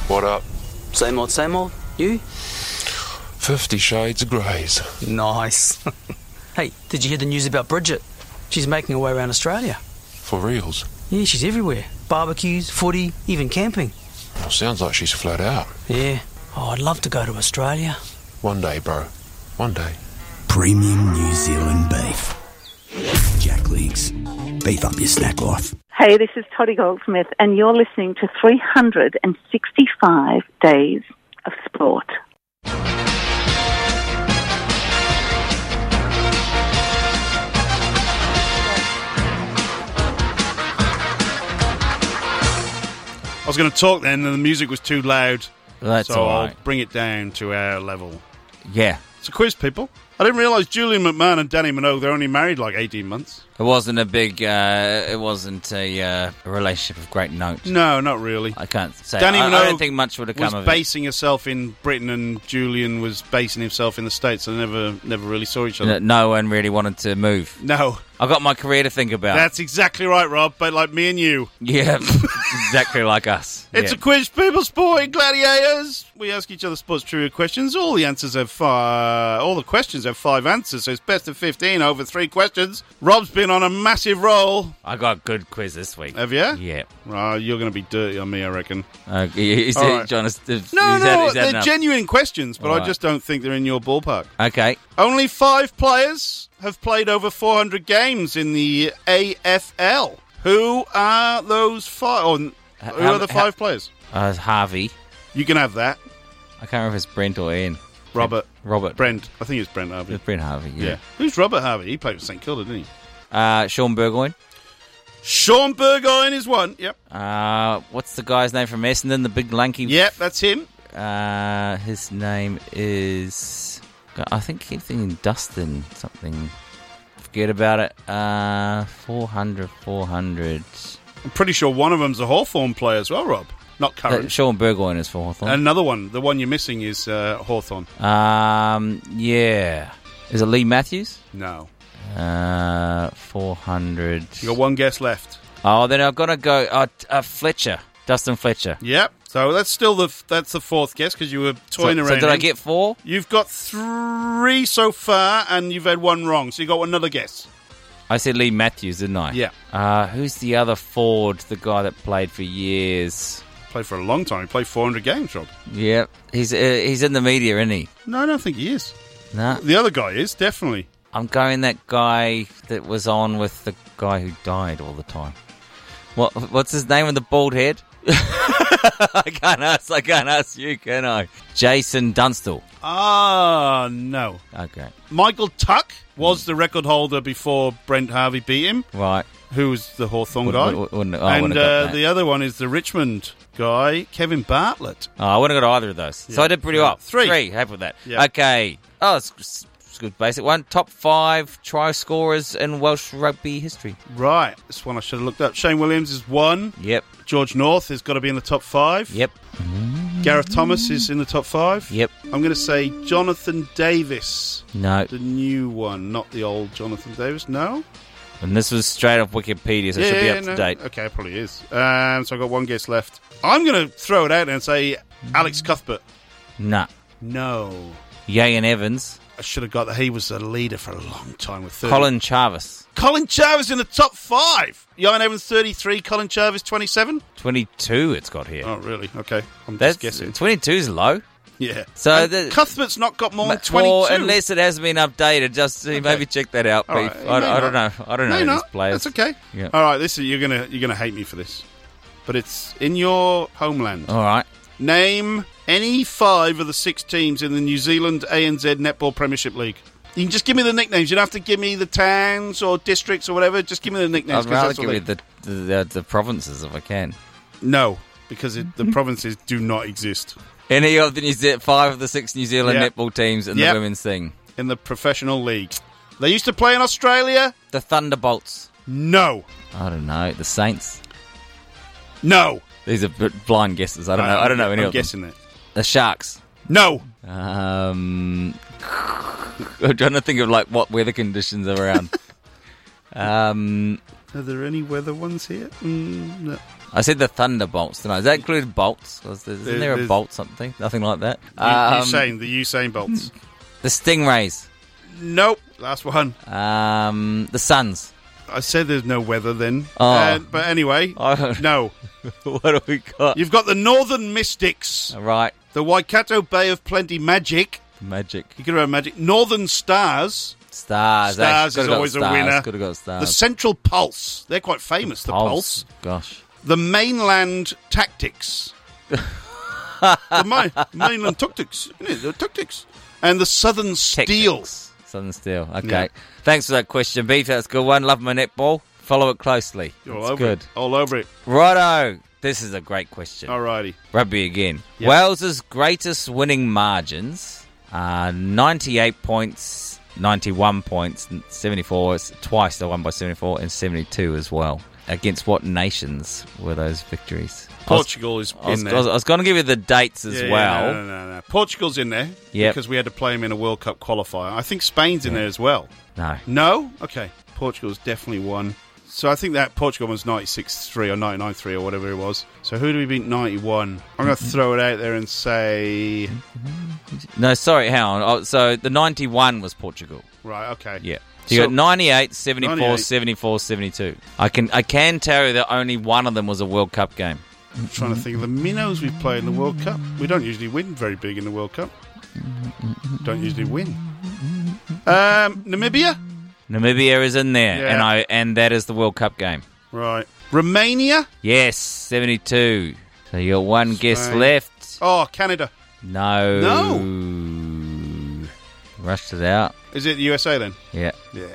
Speaker 4: What up?
Speaker 7: Same old, same old. You?
Speaker 4: Fifty Shades of Greys.
Speaker 7: Nice. hey, did you hear the news about Bridget? She's making her way around Australia.
Speaker 4: For reals.
Speaker 7: Yeah, she's everywhere. Barbecues, footy, even camping.
Speaker 4: Well, sounds like she's flat out.
Speaker 7: Yeah. Oh, I'd love to go to Australia.
Speaker 4: One day, bro. One day.
Speaker 8: Premium New Zealand beef. Jack Links. Beef up your snack life.
Speaker 11: Hey, this is Toddy Goldsmith, and you're listening to 365 Days of Sport.
Speaker 2: I was going to talk then, and the music was too loud.
Speaker 5: That's
Speaker 2: so
Speaker 5: all
Speaker 2: I'll
Speaker 5: right.
Speaker 2: bring it down to our level.
Speaker 5: Yeah.
Speaker 2: It's a quiz, people. I didn't realise Julian McMahon and Danny Minogue, they're only married like 18 months.
Speaker 5: It wasn't a big, uh, it wasn't a uh, relationship of great note.
Speaker 2: No, not really.
Speaker 5: I can't say.
Speaker 2: Danny
Speaker 5: I, I
Speaker 2: Minogue
Speaker 5: don't think much would have
Speaker 2: was
Speaker 5: come of it.
Speaker 2: basing herself in Britain and Julian was basing himself in the States. They never never really saw each other.
Speaker 5: That No one really wanted to move.
Speaker 2: No,
Speaker 5: I got my career to think about.
Speaker 2: that's exactly right, Rob, but like me and you.
Speaker 5: yeah, exactly like us.
Speaker 2: It's
Speaker 5: Yeah.
Speaker 2: a quiz, people. Sporting gladiators. We ask each other sports trivia questions. All the answers have five. All the questions have five answers. So it's best of fifteen over three questions. Rob's been on a massive roll.
Speaker 5: I got a good quiz this week.
Speaker 2: Have you?
Speaker 5: Yeah.
Speaker 2: Oh, you're going to be dirty on me, I reckon.
Speaker 5: Uh, he's,
Speaker 2: All right.
Speaker 5: John, is- is-
Speaker 2: No, no,
Speaker 5: is that- is that
Speaker 2: they're
Speaker 5: enough?
Speaker 2: genuine questions, but
Speaker 5: All
Speaker 2: I
Speaker 5: right.
Speaker 2: just don't think they're in your ballpark.
Speaker 5: Okay.
Speaker 2: Only five players have played over 400 games in the AFL. Who are those five? Or, who
Speaker 5: how-
Speaker 2: are the five players?
Speaker 5: Uh, it's Harvey.
Speaker 2: You can have that,
Speaker 5: I can't remember if it's Brent or Ian.
Speaker 2: Robert.
Speaker 5: Robert.
Speaker 2: Brent. I think it's Brent Harvey.
Speaker 5: It's Brent Harvey,
Speaker 2: Yeah.
Speaker 5: yeah.
Speaker 2: Who's Robert Harvey? He played for St Kilda, didn't he?
Speaker 5: Uh, Sean Burgoyne.
Speaker 2: Sean Burgoyne is one. Yep.
Speaker 5: Uh, what's the guy's name from Essendon? The big lanky.
Speaker 2: Yep, that's him.
Speaker 5: Uh, his name is. God, I think keep thinking Dustin something. Forget about it. Uh, 400, 400.
Speaker 2: I'm pretty sure one of them's a Hawthorn player as well, Rob. Not
Speaker 5: Uh,
Speaker 2: current.
Speaker 5: Sean Burgoyne is for Hawthorn.
Speaker 2: Another one. The one you're missing is uh, Hawthorn.
Speaker 5: Um, yeah. Is it Lee Matthews?
Speaker 2: No.
Speaker 5: Uh, 400.
Speaker 2: You got one guess left.
Speaker 5: Oh, then I've got to go. Uh, t- uh, Fletcher. Dustin Fletcher.
Speaker 2: Yep. So that's still the f- that's the fourth guess because you were
Speaker 5: So,
Speaker 2: toying
Speaker 5: so
Speaker 2: around.
Speaker 5: did I
Speaker 2: him.
Speaker 5: get four?
Speaker 2: You've got three so far, and you've had one wrong. So you got another guess.
Speaker 5: I said Lee Matthews, didn't I?
Speaker 2: Yeah.
Speaker 5: Uh, who's the other Ford, the guy that played for years?
Speaker 2: Played for a long time. He played 400 games, Rob.
Speaker 5: Yep. He's uh, he's in the media, isn't he?
Speaker 2: No, I don't think he is.
Speaker 5: No.
Speaker 2: The other guy is definitely.
Speaker 5: I'm going that guy that was on with the guy who died all the time. What what's his name with the bald head? I can't ask. I can't ask you, can I? Jason Dunstall.
Speaker 2: Ah, no. Hmm.
Speaker 5: Okay.
Speaker 2: Michael Tuck was the record holder before Brent Harvey beat him.
Speaker 5: Right.
Speaker 2: who was the Hawthorn
Speaker 5: Wouldn't-
Speaker 2: guy.
Speaker 5: wouldn't- wouldn't- oh, I
Speaker 2: and
Speaker 5: wouldn't have
Speaker 2: uh,
Speaker 5: got that.
Speaker 2: the other one is the Richmond guy, Kevin Bartlett.
Speaker 5: Oh, I wouldn't have got either of those. So
Speaker 2: Yeah.
Speaker 5: I did pretty
Speaker 2: Yeah.
Speaker 5: well.
Speaker 2: Three.
Speaker 5: Three. Happy with that.
Speaker 2: Yeah.
Speaker 5: Okay. Oh, it's, it's a good basic one. Top five try scorers in Welsh rugby history.
Speaker 2: Right, this one I should have looked up. Shane Williams is one.
Speaker 5: Yep.
Speaker 2: George North has got to be in the top five.
Speaker 5: Yep.
Speaker 2: Gareth Thomas is in the top five.
Speaker 5: Yep.
Speaker 2: I'm going to say Jonathan Davis.
Speaker 5: No.
Speaker 2: The new one, not the old Jonathan Davis. No?
Speaker 5: And this was straight off Wikipedia, so it should be up to
Speaker 2: no.
Speaker 5: date.
Speaker 2: Okay, it probably is. Um, so I've got one guess left. I'm going to throw it out and say Alex Cuthbert.
Speaker 5: Nah.
Speaker 2: No.
Speaker 5: Yay and Evans.
Speaker 2: I should have got that. He was a leader for a long time with 30.
Speaker 5: Colin Chavis.
Speaker 2: Colin Chavez in the top five. Yarn Evans 33, Colin Chavez 27.
Speaker 5: 22 it's got here.
Speaker 2: Oh, really? Okay. I'm
Speaker 5: That's
Speaker 2: just guessing.
Speaker 5: 22 is low.
Speaker 2: Yeah.
Speaker 5: So
Speaker 2: And
Speaker 5: the-
Speaker 2: Cuthbert's not got more than
Speaker 5: Ma-
Speaker 2: 22.
Speaker 5: Well, unless it has been updated, just uh, maybe check that out,
Speaker 2: All right,
Speaker 5: Beef.
Speaker 2: it
Speaker 5: I,
Speaker 2: may
Speaker 5: I don't know.
Speaker 2: not.
Speaker 5: I don't
Speaker 2: No,
Speaker 5: know
Speaker 2: you're
Speaker 5: these
Speaker 2: not.
Speaker 5: players.
Speaker 2: That's okay.
Speaker 5: Yeah.
Speaker 2: All right, this is, you're gonna you're gonna hate me for this, but it's in your homeland.
Speaker 5: All right.
Speaker 2: Name any five of the six teams in the New Zealand ANZ Netball Premiership League. You can just give me the nicknames. You don't have to give me the towns or districts or whatever. Just give me the nicknames.
Speaker 5: I'd
Speaker 2: 'cause
Speaker 5: rather
Speaker 2: that's what
Speaker 5: give
Speaker 2: they-
Speaker 5: you the, the, the, the provinces if I can.
Speaker 2: no, because it, the provinces do not exist
Speaker 5: Any of the New Ze- five of the six New Zealand
Speaker 2: Yep.
Speaker 5: netball teams in
Speaker 2: Yep.
Speaker 5: the women's thing.
Speaker 2: in the professional league. They used to play in Australia.
Speaker 5: The Thunderbolts.
Speaker 2: No,
Speaker 5: I don't know. The Saints.
Speaker 2: no.
Speaker 5: These are b- blind guesses. I don't know. I don't know any
Speaker 2: I'm
Speaker 5: of
Speaker 2: guessing that.
Speaker 5: them. The Sharks.
Speaker 2: No,
Speaker 5: Um, I'm trying to think of like what weather conditions are around. um,
Speaker 2: Are there any weather ones here? Mm, no.
Speaker 5: I said the thunderbolts. Didn't I? Does that include bolts? Was there, isn't
Speaker 2: There-
Speaker 5: there a
Speaker 2: there's-
Speaker 5: bolt something? Nothing like that.
Speaker 2: U-
Speaker 5: Um,
Speaker 2: Usain, the Usain Bolts.
Speaker 5: the stingrays.
Speaker 2: nope, last one.
Speaker 5: Um, the suns.
Speaker 2: I said there's no weather then.
Speaker 5: Oh.
Speaker 2: Uh, but anyway,
Speaker 5: I don't
Speaker 2: no.
Speaker 5: what have we got?
Speaker 2: You've got the Northern Mystics,
Speaker 5: All right,
Speaker 2: the Waikato Bay of Plenty Magic.
Speaker 5: magic
Speaker 2: You could have magic. Northern Stars,
Speaker 5: stars.
Speaker 2: Stars
Speaker 5: Actually,
Speaker 2: is
Speaker 5: could've got
Speaker 2: always a
Speaker 5: stars.
Speaker 2: winner.
Speaker 5: Could have got stars.
Speaker 2: the Central Pulse. They're quite famous, the Pulse.
Speaker 5: Oh, Gosh.
Speaker 2: The Mainland Tactics. the mi- Mainland Tactics. isn't it? The Tactics. And the Southern Steel.
Speaker 5: Tactics. Southern Steel. Okay.
Speaker 2: Yeah.
Speaker 5: Thanks for that question, Beef. That's a good one. Love my netball. Follow it closely.
Speaker 2: You're all
Speaker 5: That's
Speaker 2: over
Speaker 5: good.
Speaker 2: it. All over it.
Speaker 5: Righto. This is a great question.
Speaker 2: Alrighty.
Speaker 5: Rugby again.
Speaker 2: Yep.
Speaker 5: Wales's greatest winning margins are 98 points, 91 points, and 74. It's twice they won by 74 and 72 as well. Against what nations were those victories? I was-
Speaker 2: Portugal is
Speaker 5: I was,
Speaker 2: in there.
Speaker 5: going to give you the dates as
Speaker 2: Yeah, yeah,
Speaker 5: well.
Speaker 2: no, no, no, no. Portugal's in there
Speaker 5: Yep.
Speaker 2: because we had to play them in a World Cup qualifier. I think Spain's in there as well.
Speaker 5: No.
Speaker 2: No? Okay. Portugal's definitely won. So I think that Portugal was 96 3 or 99 3 or whatever it was. So who do we beat 91? I'm
Speaker 5: Mm-hmm.
Speaker 2: going to throw it out there and say.
Speaker 5: No, sorry, hang on. Oh, so the 91 was Portugal.
Speaker 2: Right, okay.
Speaker 5: Yeah. So you
Speaker 2: So-
Speaker 5: got 98, 74,
Speaker 2: 98.
Speaker 5: 74, 72. I can, I can tell you that only one of them was a World Cup game.
Speaker 2: I'm trying to think of the minnows we've played in the World Cup. We don't usually win very big in the World Cup. Don't usually win. Um, Namibia?
Speaker 5: Namibia is in there,
Speaker 2: Yeah.
Speaker 5: and I and that is the World Cup game.
Speaker 2: Right. Romania?
Speaker 5: Yes, seventy-two. So you got one guess
Speaker 2: Spain.
Speaker 5: left.
Speaker 2: Oh, Canada.
Speaker 5: No, rushed it out.
Speaker 2: Is it the USA then?
Speaker 5: Yeah,
Speaker 2: Yeah,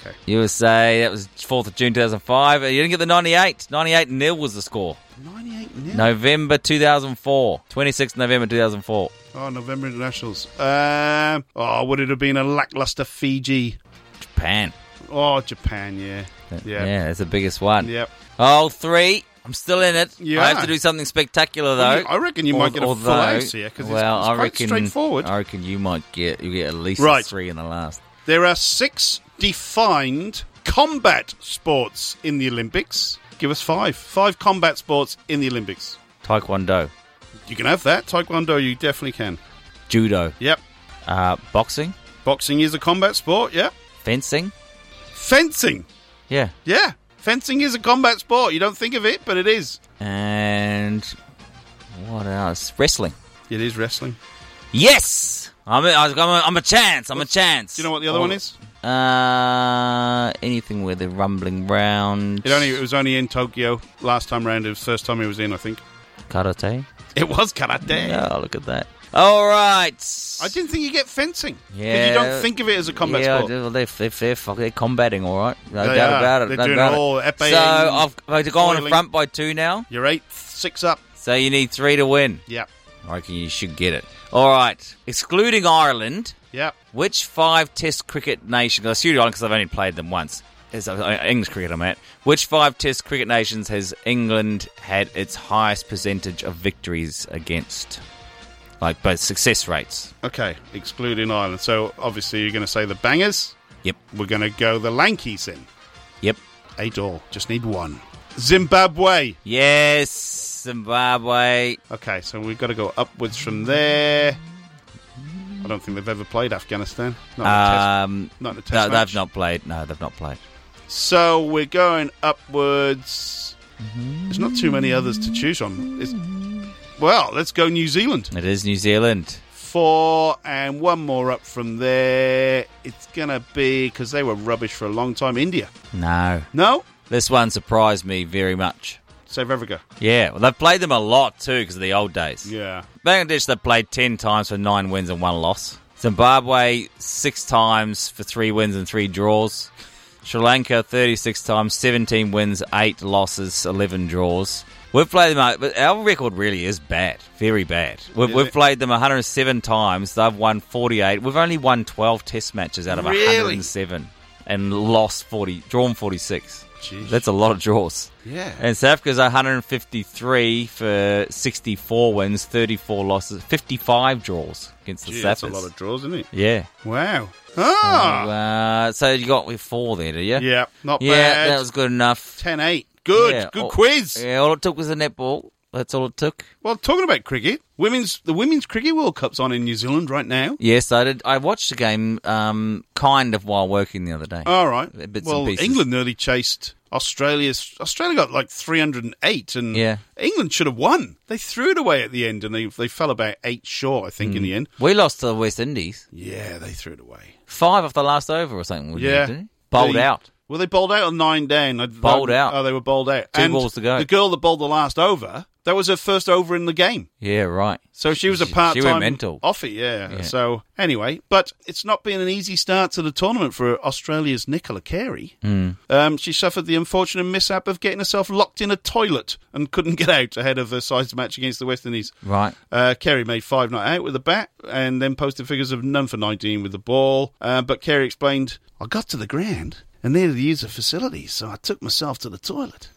Speaker 2: okay.
Speaker 5: USA. That was fourth of June two thousand five. You didn't get the ninety-eight. Ninety-eight nil was the score.
Speaker 2: 98 nil.
Speaker 5: November two thousand four. Twenty-sixth November two thousand four.
Speaker 2: Oh, November internationals. Um, oh, would it have been a lackluster Fiji?
Speaker 5: Japan.
Speaker 2: Oh, Japan, yeah. Yeah.
Speaker 5: yeah, that's the biggest one.
Speaker 2: Yep.
Speaker 5: Oh, three. I'm still in it.
Speaker 2: Yeah.
Speaker 5: I have to do something spectacular though.
Speaker 2: Well, you- I reckon you might get a full
Speaker 5: although,
Speaker 2: house here, 'cause it's-
Speaker 5: well,
Speaker 2: it's
Speaker 5: I
Speaker 2: quite
Speaker 5: reckon,
Speaker 2: straightforward.
Speaker 5: I reckon you might get you get at least
Speaker 2: Right.
Speaker 5: three in the last.
Speaker 2: There are six defined combat sports in the Olympics. Give us five. Five combat sports in the Olympics.
Speaker 5: Taekwondo,
Speaker 2: You can have that. Taekwondo, you definitely can.
Speaker 5: judo,
Speaker 2: Yep.
Speaker 5: uh, boxing,
Speaker 2: Boxing is a combat sport. Yep.
Speaker 5: fencing.
Speaker 2: Fencing.
Speaker 5: Yeah,
Speaker 2: Yeah. Fencing is a combat sport. You don't think of it, but it is.
Speaker 5: and what else? Wrestling.
Speaker 2: It is wrestling.
Speaker 5: Yes, I'm a, I'm a, I'm a chance. I'm a chance.
Speaker 2: Do you know what the other
Speaker 5: Oh,
Speaker 2: one is?
Speaker 5: Uh, anything where they're rumbling round.
Speaker 2: It only it was only in Tokyo last time round. It was the first time he was in, I think.
Speaker 5: karate.
Speaker 2: It was karate.
Speaker 5: Oh, look at that. All right.
Speaker 2: I didn't think you get fencing. 'Cause
Speaker 5: Yeah.
Speaker 2: You don't think of it as a combat
Speaker 5: yeah,
Speaker 2: sport.
Speaker 5: I do. Well, They're, they're, they're, fuck- they're combating, all right. No
Speaker 2: They
Speaker 5: doubt
Speaker 2: are.
Speaker 5: about it.
Speaker 2: They're
Speaker 5: no
Speaker 2: doing
Speaker 5: doubt
Speaker 2: it all,
Speaker 5: it.
Speaker 2: epee
Speaker 5: So
Speaker 2: and
Speaker 5: I've, I've gone in
Speaker 2: foiling.
Speaker 5: front by two now.
Speaker 2: You're eight, six up.
Speaker 5: So you need three to win.
Speaker 2: Yep.
Speaker 5: I reckon you should get it. All right. Excluding Ireland.
Speaker 2: Yep.
Speaker 5: Which five Test cricket nations? I assume Ireland because I've only played them once. It's uh, English cricket I'm at. Which five Test cricket nations has England had its highest percentage of victories against? Like both success rates.
Speaker 2: Okay, excluding Ireland. So obviously you're going to say the bangers.
Speaker 5: Yep.
Speaker 2: We're going to go the lankies in.
Speaker 5: Yep.
Speaker 2: Eight all. Just need one. Zimbabwe.
Speaker 5: Yes, Zimbabwe.
Speaker 2: Okay, so we've got to go upwards from there. I don't think they've ever played Afghanistan. Not in a
Speaker 5: Um,
Speaker 2: test, not in a test
Speaker 5: no,
Speaker 2: match.
Speaker 5: they've not played. No, they've not played.
Speaker 2: So we're going upwards. There's not too many others to choose on. It's, well, let's go New Zealand.
Speaker 5: It is New Zealand.
Speaker 2: Four and one more up from there. It's going to be, because they were rubbish for a long time, India.
Speaker 5: No,
Speaker 2: No?
Speaker 5: this one surprised me very much.
Speaker 2: South Africa.
Speaker 5: Yeah, well, they've played them a lot too because of the old days.
Speaker 2: Yeah.
Speaker 5: Bangladesh, they played 10 times for nine wins and one loss. Zimbabwe, six times for three wins and three draws. Sri Lanka, 36 times, 17 wins, eight losses, 11 draws. We've played them, uh, but our record really is bad, very bad. We've,
Speaker 2: Is
Speaker 5: we've
Speaker 2: it?
Speaker 5: played them 107 times, they've won 48. We've only won 12 test matches out of
Speaker 2: Really?
Speaker 5: 107 and lost 40, drawn 46.
Speaker 2: Jeez.
Speaker 5: That's a lot of draws.
Speaker 2: Yeah.
Speaker 5: And South Africa's 153 for 64 wins, 34 losses, 55 draws against the
Speaker 2: Gee,
Speaker 5: Sappers.
Speaker 2: that's a lot of draws, isn't it?
Speaker 5: yeah.
Speaker 2: Wow. Ah!
Speaker 5: Uh, so you got with four there, do you?
Speaker 2: Yeah, not
Speaker 5: Yeah,
Speaker 2: bad.
Speaker 5: that was good enough.
Speaker 2: 10 8. Good,
Speaker 5: Yeah,
Speaker 2: good
Speaker 5: all-
Speaker 2: quiz.
Speaker 5: Yeah, all it took was a netball. That's all it took.
Speaker 2: Well, talking about cricket, women's the Women's Cricket World Cup's on in New Zealand right now.
Speaker 5: Yes, I did. I watched the game um, kind of while working the other day.
Speaker 2: All right.
Speaker 5: Bits
Speaker 2: well,
Speaker 5: and pieces.
Speaker 2: England nearly chased Australia's. Australia got like 308, and
Speaker 5: Yeah.
Speaker 2: England should have won. They threw it away at the end, and they, they fell about eight short, I think,
Speaker 5: Hmm.
Speaker 2: in the end.
Speaker 5: We lost to the West Indies.
Speaker 2: Yeah, they threw it away.
Speaker 5: Five off the last over or something. wouldn't
Speaker 2: Yeah.
Speaker 5: It, didn't it? Bowled
Speaker 2: They-
Speaker 5: out.
Speaker 2: Well, they bowled out on nine down. I-
Speaker 5: Bowled out.
Speaker 2: Oh, they were bowled out.
Speaker 5: Two
Speaker 2: and
Speaker 5: balls to go.
Speaker 2: The girl that bowled the last over, that was her first over in the game.
Speaker 5: Yeah, right.
Speaker 2: So she was a
Speaker 5: She- she
Speaker 2: part
Speaker 5: went
Speaker 2: time
Speaker 5: mental.
Speaker 2: offer, yeah.
Speaker 5: Yeah.
Speaker 2: So anyway, but it's not been an easy start to the tournament for Australia's Nicola Carey.
Speaker 5: Hmm.
Speaker 2: Um, she suffered the unfortunate mishap of getting herself locked in a toilet and couldn't get out ahead of her side's match against the West Indies.
Speaker 5: Right.
Speaker 2: Uh, Kerry made five not out with the bat and then posted figures of none for 19 with the ball. Uh, but Kerry explained, I got to the ground and needed to use the facilities, so I took myself to the toilet.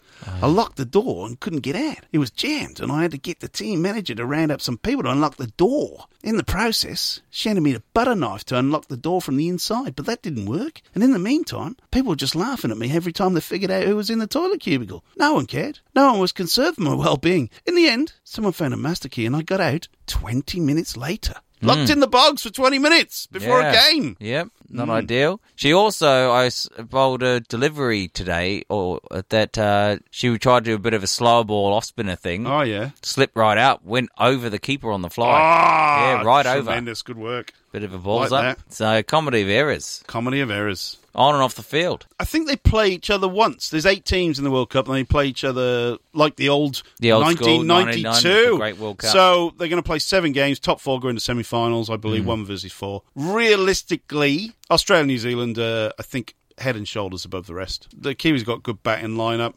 Speaker 2: I locked the door and couldn't get out. It was jammed, and I had to get the team manager to round up some people to unlock the door. In the process, she handed me the butter knife to unlock the door from the inside, but that didn't work. And in the meantime, people were just laughing at me every time they figured out who was in the toilet cubicle. No one cared. No one was concerned for my well being. In the end, someone found a master key, and I got out 20 minutes later. Locked in the bogs for 20 minutes before
Speaker 5: Hmm. Yeah.
Speaker 2: a game. Hmm.
Speaker 5: Yep, not ideal. She also, I s- bowled a delivery today, or that uh, she tried to do a bit of a slow ball off spinner thing,
Speaker 2: Oh, yeah.
Speaker 5: slipped right out, went over the keeper on the fly.
Speaker 2: Ah,
Speaker 5: Oh, Yeah, right over.
Speaker 2: Tremendous good work.
Speaker 5: Bit of a balls
Speaker 2: Like
Speaker 5: up. So comedy of errors
Speaker 2: Comedy of errors.
Speaker 5: on and off the field.
Speaker 2: I think they play each other once. There's eight teams in the World Cup, and they play each other like the old,
Speaker 5: The old school,
Speaker 2: 1992
Speaker 5: the great World Cup.
Speaker 2: So they're going to play seven games. Top four go into semi-finals, I believe. One versus four. Realistically, Australia, and New Zealand, uh, I think head and shoulders above the rest. The Kiwis got good batting lineup.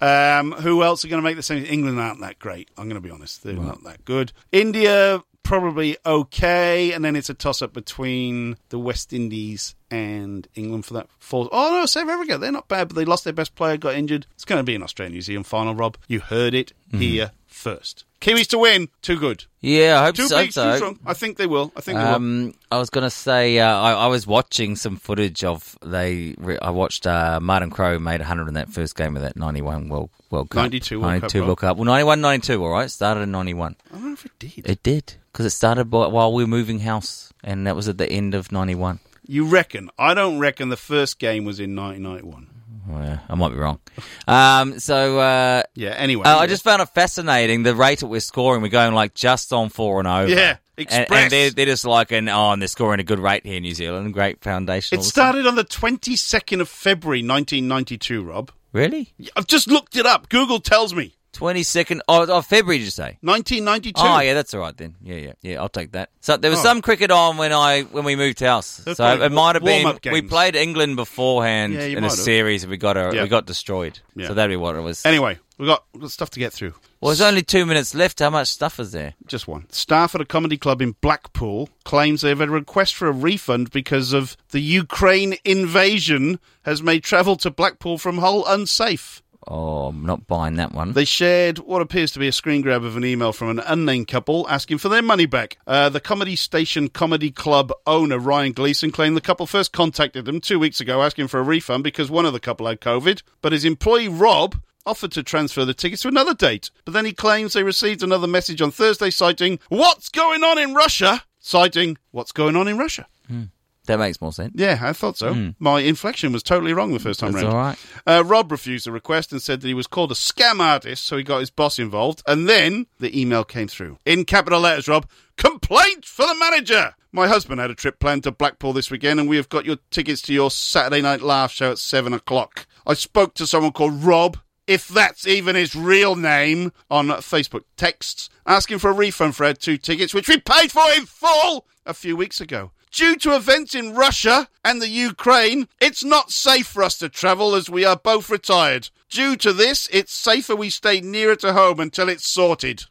Speaker 2: Um, who else are going to make the same? England aren't that great. I'm going to be honest; they're not that good. India probably okay, and then it's a toss-up between the West Indies and England for that fourth. Oh no, South Africa! They're not bad, but they lost their best player, got injured. It's going to be an Australia New Zealand final, Rob. You heard it here first. Kiwis to win. Too good.
Speaker 5: Yeah, I hope
Speaker 2: Too
Speaker 5: so.
Speaker 2: big.
Speaker 5: so.
Speaker 2: Too strong. I think they will. I think they will.
Speaker 5: Um, I was gonna say uh, I, I was watching some footage of they. Re- I watched uh, Martin Crowe made 100 in that first game of that 91 World World Cup,
Speaker 2: 92 World Cup,
Speaker 5: 92
Speaker 2: right.
Speaker 5: World Cup. Well, 91, 92. All right, started in 91.
Speaker 2: I don't know if it did.
Speaker 5: It did because it started by, while we were moving house, and that was at the end of '91.
Speaker 2: You reckon? I don't reckon the first game was in 1991.
Speaker 5: Oh, yeah, I might be wrong. Um, so uh,
Speaker 2: Yeah. Anyway,
Speaker 5: uh, I just found it fascinating the rate at we're scoring. We're going like just on four and over.
Speaker 2: Yeah,
Speaker 5: And- and,
Speaker 2: express.
Speaker 5: they're, they're just like an oh, and they're scoring a good rate here in New Zealand. Great foundation.
Speaker 2: It started on the 22nd of February 1992, Rob.
Speaker 5: really.
Speaker 2: I've just looked it up. Google tells me.
Speaker 5: Twenty second of, of February, did you say?
Speaker 2: Nineteen ninety two. Oh.
Speaker 5: Oh yeah, that's all right then. Yeah, yeah, yeah. I'll take that. So there was some cricket on when I when we moved house.
Speaker 2: That's
Speaker 5: so
Speaker 2: like
Speaker 5: it might have been
Speaker 2: warm-up
Speaker 5: we
Speaker 2: games.
Speaker 5: played England beforehand
Speaker 2: Yeah, you
Speaker 5: in
Speaker 2: might
Speaker 5: a
Speaker 2: have.
Speaker 5: series and we got a,
Speaker 2: Yeah.
Speaker 5: we got destroyed.
Speaker 2: Yeah.
Speaker 5: So that'd be what it was.
Speaker 2: Anyway, we got we've got stuff to get through.
Speaker 5: Well, there's only two minutes left. How much stuff is there?
Speaker 2: Just one. Staff at a comedy club in Blackpool claims they've had a request for a refund because of the Ukraine invasion has made travel to Blackpool from Hull unsafe.
Speaker 5: Oh, I'm not buying that one.
Speaker 2: They shared what appears to be a screen grab of an email from an unnamed couple asking for their money back. Uh, the Comedy Station Comedy Club owner, Ryan Gleason, claimed the couple first contacted them two weeks ago asking for a refund because one of the couple had COVID, but his employee, Rob, offered to transfer the tickets to another date. But then he claims they received another message on Thursday citing, What's going on in Russia? Citing, What's going on in Russia?
Speaker 5: That makes more sense.
Speaker 2: Yeah, I thought so. My inflection was totally wrong the first time
Speaker 5: Hmm. That's
Speaker 2: round.
Speaker 5: all right.
Speaker 2: Uh, Rob refused the request and said that he was called a scam artist, so he got his boss involved. And then the email came through in capital letters, Rob. Complaint for the manager. My husband had a trip planned to Blackpool this weekend, and we have got your tickets to your Saturday night laugh show at seven o'clock. I spoke to someone called Rob, if that's even his real name, on Facebook texts asking for a refund for our two tickets, which we paid for in full a few weeks ago. Due to events in Russia and the Ukraine, it's not safe for us to travel as we are both retired. Due to this, it's safer we stay nearer to home until it's sorted.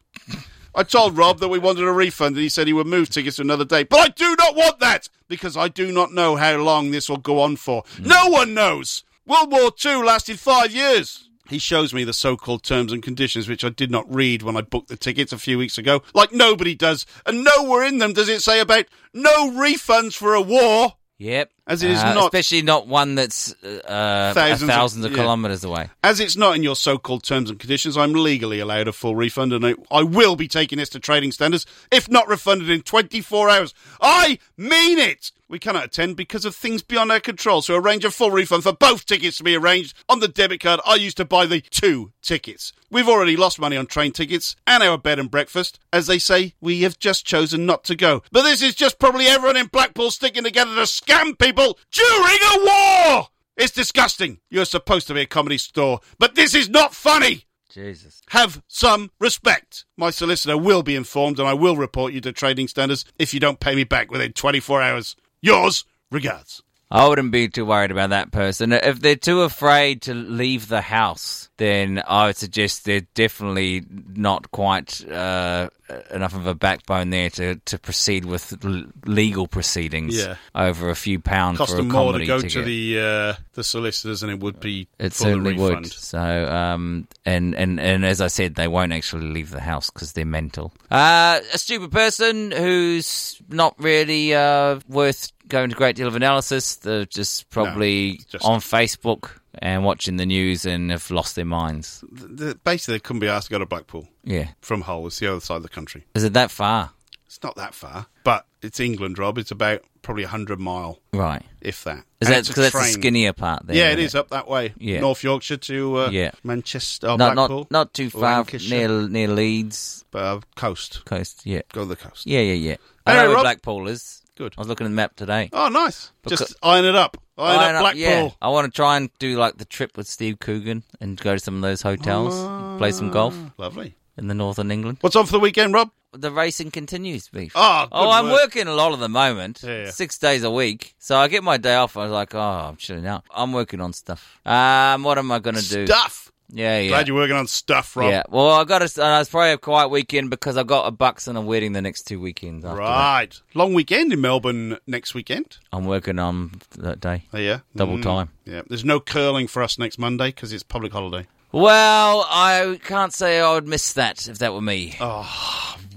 Speaker 2: I told Rob that we wanted a refund and he said he would move tickets to another day. But I do not want that because I do not know how long this will go on for. No one knows. World War II lasted five years. He shows me the so called terms and conditions, which I did not read when I booked the tickets a few weeks ago, like nobody does. And nowhere in them does it say about no refunds for a war.
Speaker 5: Yep.
Speaker 2: As it is
Speaker 5: Uh,
Speaker 2: not-
Speaker 5: especially not one that's uh,
Speaker 2: Thousands
Speaker 5: thousands,
Speaker 2: of-
Speaker 5: thousands of,
Speaker 2: yeah.
Speaker 5: kilometers away.
Speaker 2: As it's not in your so called terms and conditions, I'm legally allowed a full refund and I, I will be taking this to trading standards if not refunded in 24 hours. I mean it! We cannot attend because of things beyond our control, so arrange a full refund for both tickets to be arranged on the debit card I used to buy the two tickets. We've already lost money on train tickets and our bed and breakfast. As they say, we have just chosen not to go. But this is just probably everyone in Blackpool sticking together to scam people during a war! It's disgusting. You're supposed to be a comedy store, but this is not funny.
Speaker 5: Jesus.
Speaker 2: Have some respect. My solicitor will be informed and I will report you to trading standards if you don't pay me back within 24 hours. Yours, regards.
Speaker 5: I wouldn't be too worried about that person. If they're too afraid to leave the house, then I would suggest they're definitely not quite uh, enough of a backbone there to, to proceed with l- legal proceedings
Speaker 2: Yeah.
Speaker 5: over a few pounds
Speaker 2: Cost
Speaker 5: for a
Speaker 2: them more to
Speaker 5: comedy
Speaker 2: go
Speaker 5: ticket.
Speaker 2: to the uh, the solicitors than it would be
Speaker 5: It
Speaker 2: for the
Speaker 5: certainly
Speaker 2: refund.
Speaker 5: would. So, um, and, and, and as I said, they won't actually leave the house because they're mental. Uh, a stupid person who's not really uh, worth going to a great deal of analysis. They're just probably
Speaker 2: it's just-
Speaker 5: on Facebook and watching the news and have lost their minds.
Speaker 2: Th- th- basically, they couldn't be asked to go to Blackpool
Speaker 5: Yeah.
Speaker 2: from Hull. It's the other side of the country.
Speaker 5: Is it that far?
Speaker 2: It's not that far, but it's England, Rob. It's about probably 100 mile,
Speaker 5: Right.
Speaker 2: if that.
Speaker 5: Is
Speaker 2: And
Speaker 5: that
Speaker 2: it's a
Speaker 5: because that's the
Speaker 2: train.
Speaker 5: skinnier part there?
Speaker 2: Yeah, it
Speaker 5: isn't
Speaker 2: is up that way.
Speaker 5: Yeah.
Speaker 2: North Yorkshire to uh,
Speaker 5: Yeah.
Speaker 2: Manchester,
Speaker 5: Not,
Speaker 2: Blackpool.
Speaker 5: not, not too far
Speaker 2: Lancashire.
Speaker 5: near, near Leeds
Speaker 2: uh, coast.
Speaker 5: coast. Yeah.
Speaker 2: Go to the coast.
Speaker 5: Yeah, yeah, yeah. I know
Speaker 2: Anyway,
Speaker 5: where
Speaker 2: Rob-
Speaker 5: Blackpool is.
Speaker 2: Good.
Speaker 5: I was looking at the map today.
Speaker 2: Oh, nice.
Speaker 5: Because-
Speaker 2: Just iron it up. Iron,
Speaker 5: Iron
Speaker 2: up
Speaker 5: up,
Speaker 2: Blackpool.
Speaker 5: yeah. I want to try and do like the trip with Steve Coogan and go to some of those hotels, play some golf
Speaker 2: Lovely.
Speaker 5: in the northern England.
Speaker 2: What's on for the weekend, Rob?
Speaker 5: The racing continues, beef.
Speaker 2: Ah, good
Speaker 5: oh, I'm
Speaker 2: work.
Speaker 5: working a lot at the moment,
Speaker 2: Yeah.
Speaker 5: six days a week. So I get my day off. I was like, oh, I'm chilling out. I'm working on stuff. Um, what am I going to do?
Speaker 2: Stuff.
Speaker 5: Yeah, yeah.
Speaker 2: Glad you're working on stuff, Rob.
Speaker 5: yeah. Well, I got. A, I was probably a quiet weekend because I got a bucks and a wedding the next two weekends. After that.
Speaker 2: Right. Long weekend in Melbourne next weekend.
Speaker 5: I'm working on that day.
Speaker 2: Oh, yeah.
Speaker 5: Double time.
Speaker 2: Yeah. There's no curling for us next Monday because it's public holiday.
Speaker 5: Well, I can't say I would miss that if that were me.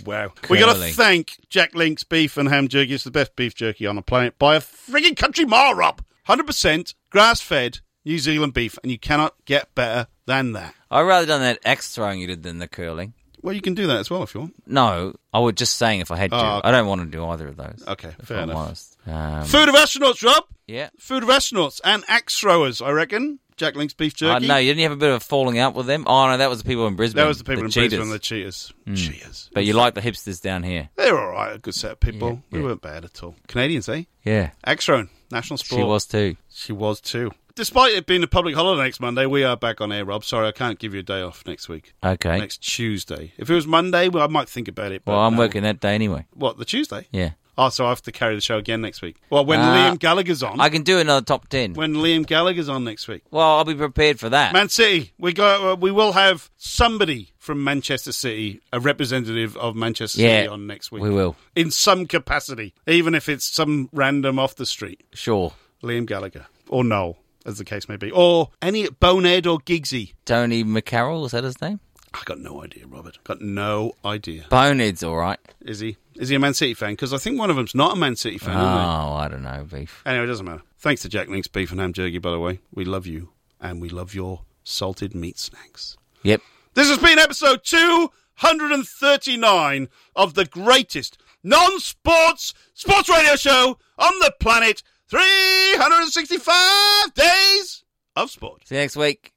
Speaker 2: Wow. we got to
Speaker 5: Curling.
Speaker 2: thank Jack Link's beef and ham jerky. It's the best beef jerky on the planet by a frigging country mile, Rob. 100% grass fed New Zealand beef, and you cannot get better than that.
Speaker 5: I'd rather done that axe throwing you did than the curling.
Speaker 2: Well, you can do that as well if you want.
Speaker 5: No, I was just saying if I had to.
Speaker 2: Oh, okay.
Speaker 5: I don't want to do either of those.
Speaker 2: Okay,
Speaker 5: if
Speaker 2: fair
Speaker 5: I'm
Speaker 2: enough.
Speaker 5: honest. Um,
Speaker 2: Food of astronauts, Rob.
Speaker 5: yeah.
Speaker 2: Food of astronauts and axe throwers, I reckon. Jack Link's beef jerky.
Speaker 5: Uh, no, you didn't have a bit of a falling out with them. Oh no, that was the people in Brisbane.
Speaker 2: that was the people in
Speaker 5: cheaters. Hmm.
Speaker 2: Brisbane, the cheaters. Cheaters.
Speaker 5: But you like the hipsters down here.
Speaker 2: They're all right, a good set of people.
Speaker 5: Yeah,
Speaker 2: We
Speaker 5: yeah.
Speaker 2: weren't bad at all. Canadians, eh?
Speaker 5: Yeah,
Speaker 2: Axe throwing, national sport.
Speaker 5: she was too.
Speaker 2: She was too. Despite it being a public holiday next Monday, we are back on air, Rob. Sorry, I can't give you a day off next week.
Speaker 5: Okay.
Speaker 2: Next Tuesday. If it was Monday, well, I might think about it. But
Speaker 5: well, I'm
Speaker 2: no.
Speaker 5: working that day anyway.
Speaker 2: What, the Tuesday?
Speaker 5: Yeah.
Speaker 2: Oh, so I have to carry the show again next week. Well, when
Speaker 5: Ah.
Speaker 2: Liam Gallagher's on.
Speaker 5: I can do another top 10.
Speaker 2: When Liam Gallagher's on next week.
Speaker 5: Well, I'll be prepared for that.
Speaker 2: Man City, we go. Uh, we will have somebody from Manchester City, a representative of Manchester
Speaker 5: Yeah,
Speaker 2: City, on next week.
Speaker 5: we will.
Speaker 2: in some capacity, even if it's some random off the street,
Speaker 5: Sure.
Speaker 2: Liam Gallagher or Noel, as the case may be, or any Bonehead or Giggsy.
Speaker 5: Tony McCarroll, is that his name?
Speaker 2: I got no idea, Robert. Got no idea.
Speaker 5: Bonehead's all right.
Speaker 2: Is he? Is he a Man City fan? Because I think one of them's not a Man City fan.
Speaker 5: oh,
Speaker 2: isn't he?
Speaker 5: I don't know, beef.
Speaker 2: Anyway, it doesn't matter. Thanks to Jack Link's Beef and Ham Jerky, by the way. We love you, and we love your salted meat snacks.
Speaker 5: Yep.
Speaker 2: This has been episode 239 of the greatest non sports sports radio show on the planet 365 days of sport.
Speaker 5: See you next week.